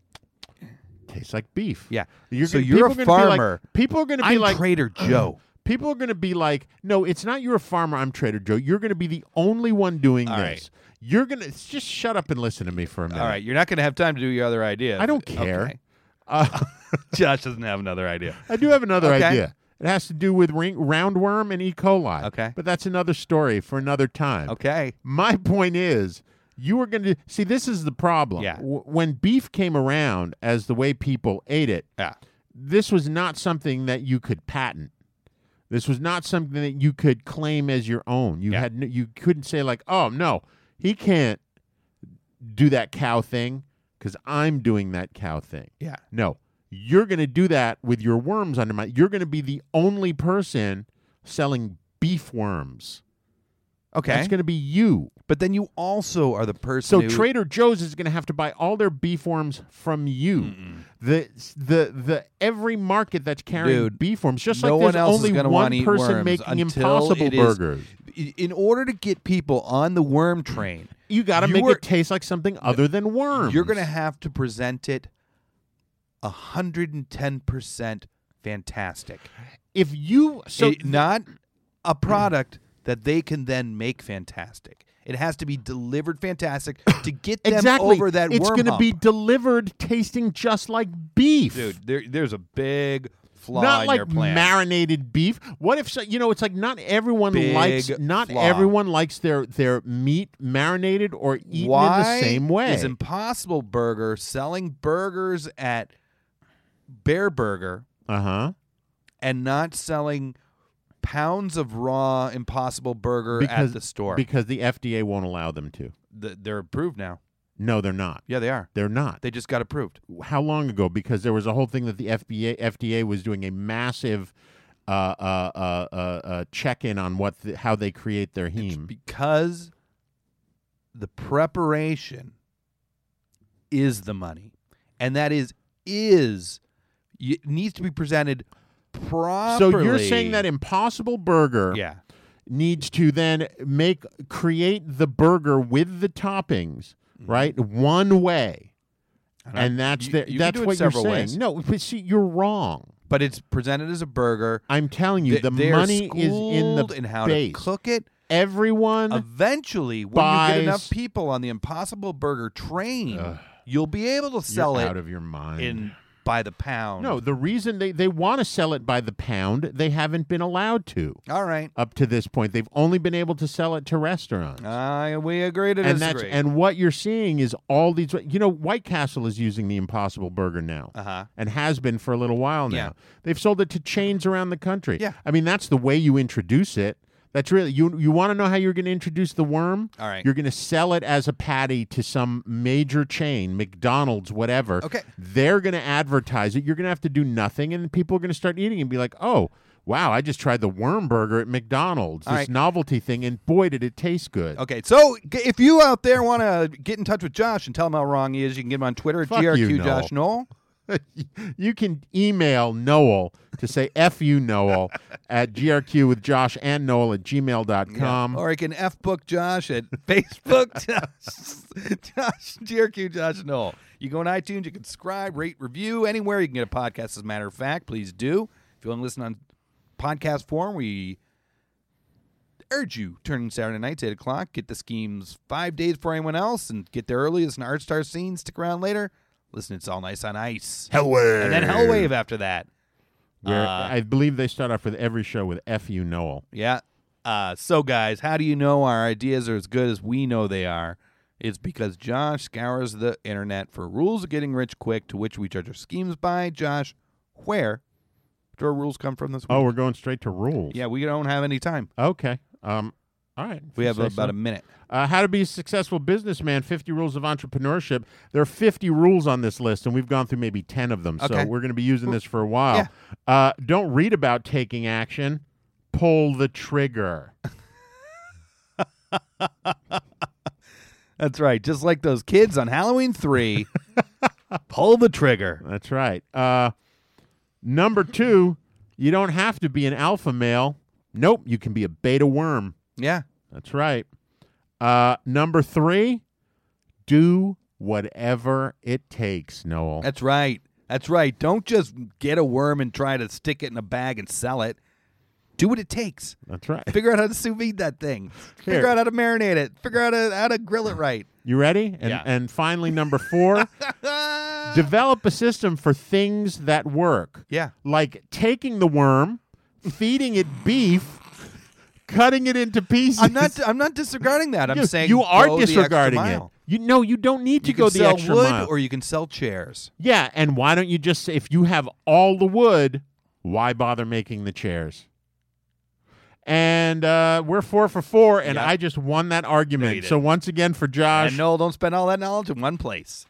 [SPEAKER 6] tastes like beef.
[SPEAKER 7] Yeah.
[SPEAKER 6] You're
[SPEAKER 7] So
[SPEAKER 6] gonna-
[SPEAKER 7] you're a
[SPEAKER 6] people are gonna be like-
[SPEAKER 7] farmer.
[SPEAKER 6] people are going to be
[SPEAKER 7] I'm
[SPEAKER 6] like,
[SPEAKER 7] Trader Joe.
[SPEAKER 6] People are going to be like, no, it's not you're a farmer, I'm Trader Joe. You're going to be the only one doing
[SPEAKER 7] All
[SPEAKER 6] this.
[SPEAKER 7] right.
[SPEAKER 6] You're going to just shut up and listen to me for a minute.
[SPEAKER 7] All right, you're not going to have time to do your other idea.
[SPEAKER 6] I don't care. Uh,
[SPEAKER 7] Okay. *laughs* Josh doesn't have another idea.
[SPEAKER 6] *laughs* I do have another
[SPEAKER 7] Okay.
[SPEAKER 6] idea. It has to do with ring, roundworm and E. coli.
[SPEAKER 7] Okay.
[SPEAKER 6] But that's another story for another time.
[SPEAKER 7] Okay.
[SPEAKER 6] My point is, you were going to see this is the problem.
[SPEAKER 7] Yeah.
[SPEAKER 6] W- when beef came around as the way people ate it,
[SPEAKER 7] Yeah.
[SPEAKER 6] this was not something that you could patent. This was not something that you could claim as your own. You
[SPEAKER 7] Yeah.
[SPEAKER 6] had no, you couldn't say like, "Oh no, he can't do that cow thing because I'm doing that cow thing."
[SPEAKER 7] Yeah.
[SPEAKER 6] No, you're going to do that with your worms under my. You're going to be the only person selling beef worms.
[SPEAKER 7] Okay.
[SPEAKER 6] That's going to be you.
[SPEAKER 7] but then you also are the person
[SPEAKER 6] So
[SPEAKER 7] who-
[SPEAKER 6] Trader Joe's is going to have to buy all their beef worms from you. The the the every market that's carrying
[SPEAKER 7] Dude,
[SPEAKER 6] beef worms, just
[SPEAKER 7] no
[SPEAKER 6] like there's
[SPEAKER 7] one else is
[SPEAKER 6] only
[SPEAKER 7] gonna wanna
[SPEAKER 6] one
[SPEAKER 7] eat
[SPEAKER 6] person
[SPEAKER 7] worms
[SPEAKER 6] making
[SPEAKER 7] until
[SPEAKER 6] impossible
[SPEAKER 7] it is-
[SPEAKER 6] burgers.
[SPEAKER 7] i- in order to get people on the worm train,
[SPEAKER 6] You got to make
[SPEAKER 7] are-
[SPEAKER 6] it taste like something other than worms.
[SPEAKER 7] You're going to have to present it 110% fantastic.
[SPEAKER 6] if you so Mm.
[SPEAKER 7] It- not a product that they can then make fantastic. It has to be delivered fantastic
[SPEAKER 6] *coughs*
[SPEAKER 7] to get them
[SPEAKER 6] Exactly.
[SPEAKER 7] over that
[SPEAKER 6] it's
[SPEAKER 7] worm
[SPEAKER 6] gonna
[SPEAKER 7] hump.
[SPEAKER 6] be delivered tasting just like beef.
[SPEAKER 7] Dude, there, there's a big flaw
[SPEAKER 6] not
[SPEAKER 7] in
[SPEAKER 6] like
[SPEAKER 7] your plan.
[SPEAKER 6] marinated beef. What if so, you know? It's like not everyone
[SPEAKER 7] Big
[SPEAKER 6] likes not
[SPEAKER 7] flaw.
[SPEAKER 6] everyone likes their their meat marinated or eaten
[SPEAKER 7] Why
[SPEAKER 6] in the same way.
[SPEAKER 7] Is Impossible Burger selling burgers at Bear Burger
[SPEAKER 6] uh huh.
[SPEAKER 7] and not selling pounds of raw Impossible Burger at the store?
[SPEAKER 6] because the FDA won't allow them to.
[SPEAKER 7] Th- they're approved now.
[SPEAKER 6] No, they're not.
[SPEAKER 7] Yeah, they are.
[SPEAKER 6] They're not.
[SPEAKER 7] They just got approved.
[SPEAKER 6] How long ago? Because there was a whole thing that the FBA, FDA was doing a massive uh, uh, uh, uh, uh, check in on what the, how they create their heme.
[SPEAKER 7] Because the preparation is the money. And that is is y- it needs to be presented properly.
[SPEAKER 6] so you're saying that Impossible Burger
[SPEAKER 7] Yeah.
[SPEAKER 6] needs to then make create the burger with the toppings right one way
[SPEAKER 7] Mm-hmm. And I-
[SPEAKER 6] and that's
[SPEAKER 7] you-
[SPEAKER 6] the,
[SPEAKER 7] you can
[SPEAKER 6] that's
[SPEAKER 7] do it
[SPEAKER 6] what you're
[SPEAKER 7] several
[SPEAKER 6] saying
[SPEAKER 7] ways.
[SPEAKER 6] no but see you're wrong
[SPEAKER 7] But it's presented as a burger.
[SPEAKER 6] i'm telling you
[SPEAKER 7] Th-
[SPEAKER 6] the
[SPEAKER 7] they're
[SPEAKER 6] money is in the
[SPEAKER 7] schooled in how
[SPEAKER 6] base.
[SPEAKER 7] to cook it.
[SPEAKER 6] everyone
[SPEAKER 7] Eventually, when you get
[SPEAKER 6] buys-
[SPEAKER 7] enough people on the Impossible Burger train, you'll be able to sell
[SPEAKER 6] you're
[SPEAKER 7] it
[SPEAKER 6] out of your mind
[SPEAKER 7] in by the pound.
[SPEAKER 6] no the reason they, they want to sell it by the pound they haven't been allowed to
[SPEAKER 7] all right.
[SPEAKER 6] up to this point they've only been able to sell it to restaurants
[SPEAKER 7] I we agree to
[SPEAKER 6] Uh, and
[SPEAKER 7] disagree.
[SPEAKER 6] and what you're seeing is all these you know White Castle is using the Impossible Burger now
[SPEAKER 7] Uh-huh.
[SPEAKER 6] and has been for a little while now.
[SPEAKER 7] Yeah.
[SPEAKER 6] They've sold it to chains around the country.
[SPEAKER 7] Yeah.
[SPEAKER 6] I mean that's the way you introduce it. That's really you you want to know how you're going to introduce the worm?
[SPEAKER 7] All right.
[SPEAKER 6] You're going to sell it as a patty to some major chain, McDonald's, whatever.
[SPEAKER 7] Okay.
[SPEAKER 6] They're going to advertise it. You're going to have to do nothing and people are going to start eating and be like, "Oh, Wow, I just tried the worm burger at McDonald's,
[SPEAKER 7] All
[SPEAKER 6] this
[SPEAKER 7] right.
[SPEAKER 6] novelty thing, and boy, did it taste good.
[SPEAKER 7] Okay, so g- if you out there want to get in touch with Josh and tell him how wrong he is, you can get him on Twitter at
[SPEAKER 6] Fuck you,
[SPEAKER 7] grq Josh Noel.
[SPEAKER 6] you can email Noel to say *laughs* F you Noel at GRQ with Josh and Noel at gmail.com.
[SPEAKER 7] Or you can F book Josh at *laughs* Facebook Josh, Josh GRQ Josh Noel. You go on iTunes, you can subscribe, rate, review anywhere you can get a podcast. As a matter of fact, please do. If you want to listen on podcast form, we urge you turning Saturday nights eight o'clock. Get the schemes five days before anyone else, and get there early. Listen to Art Star Scene. Stick around later. Listen, it's all nice on ice.
[SPEAKER 8] Hellway.
[SPEAKER 7] and then Hellwave after that.
[SPEAKER 6] Where
[SPEAKER 7] Uh,
[SPEAKER 6] I believe they start off with every show with F you Noel.
[SPEAKER 7] Yeah. Uh, so, guys, how do you know our ideas are as good as we know they are? It's because Josh scours the internet for rules of getting rich quick, to which we judge our schemes by. Josh, where do our rules come from this week?
[SPEAKER 6] Oh, we're going straight to rules.
[SPEAKER 7] yeah, we don't have any time.
[SPEAKER 6] Okay. Um, all right.
[SPEAKER 7] We have
[SPEAKER 6] Say
[SPEAKER 7] about a
[SPEAKER 6] so.
[SPEAKER 7] minute.
[SPEAKER 6] Uh, how to be a successful businessman 50 rules of entrepreneurship there are 50 rules on this list and we've gone through maybe 10 of them
[SPEAKER 7] Okay.
[SPEAKER 6] so we're going to be using this for a while uh, don't read about taking action pull the trigger
[SPEAKER 7] That's right. Just like those kids on Halloween *laughs* 3, pull the trigger.
[SPEAKER 6] that's right uh, number two you don't have to be an alpha male nope you can be a beta worm
[SPEAKER 7] Yeah.
[SPEAKER 6] that's right uh, number three do whatever it takes noel
[SPEAKER 7] That's right. That's right. Don't just get a worm and try to stick it in a bag and sell it. Do what it takes.
[SPEAKER 6] that's right
[SPEAKER 7] Figure out how to sous vide that thing. Figure
[SPEAKER 6] Here.
[SPEAKER 7] out how to marinate it. Figure out how how to grill it
[SPEAKER 6] *laughs*
[SPEAKER 7] right.
[SPEAKER 6] You ready? And,
[SPEAKER 7] Yeah.
[SPEAKER 6] and finally,
[SPEAKER 7] *laughs*
[SPEAKER 6] number four, develop a system for things that work.
[SPEAKER 7] Yeah.
[SPEAKER 6] Like taking the worm, feeding it beef, cutting it into pieces.
[SPEAKER 7] I'm not. I'm not disregarding that. I'm
[SPEAKER 6] you,
[SPEAKER 7] saying
[SPEAKER 6] you are
[SPEAKER 7] go the extra
[SPEAKER 6] disregarding it.
[SPEAKER 7] mile.
[SPEAKER 6] You no, you don't need to
[SPEAKER 7] You
[SPEAKER 6] go
[SPEAKER 7] can
[SPEAKER 6] the
[SPEAKER 7] sell
[SPEAKER 6] extra
[SPEAKER 7] wood,
[SPEAKER 6] mile.
[SPEAKER 7] or you can sell chairs.
[SPEAKER 6] yeah, and why don't you just say if you have all the wood, why bother making the chairs? And uh, we're four for four, and
[SPEAKER 7] Yeah.
[SPEAKER 6] I just won that argument.
[SPEAKER 7] did.
[SPEAKER 6] So once again, for Josh,
[SPEAKER 7] And no, don't spend all that knowledge in one place.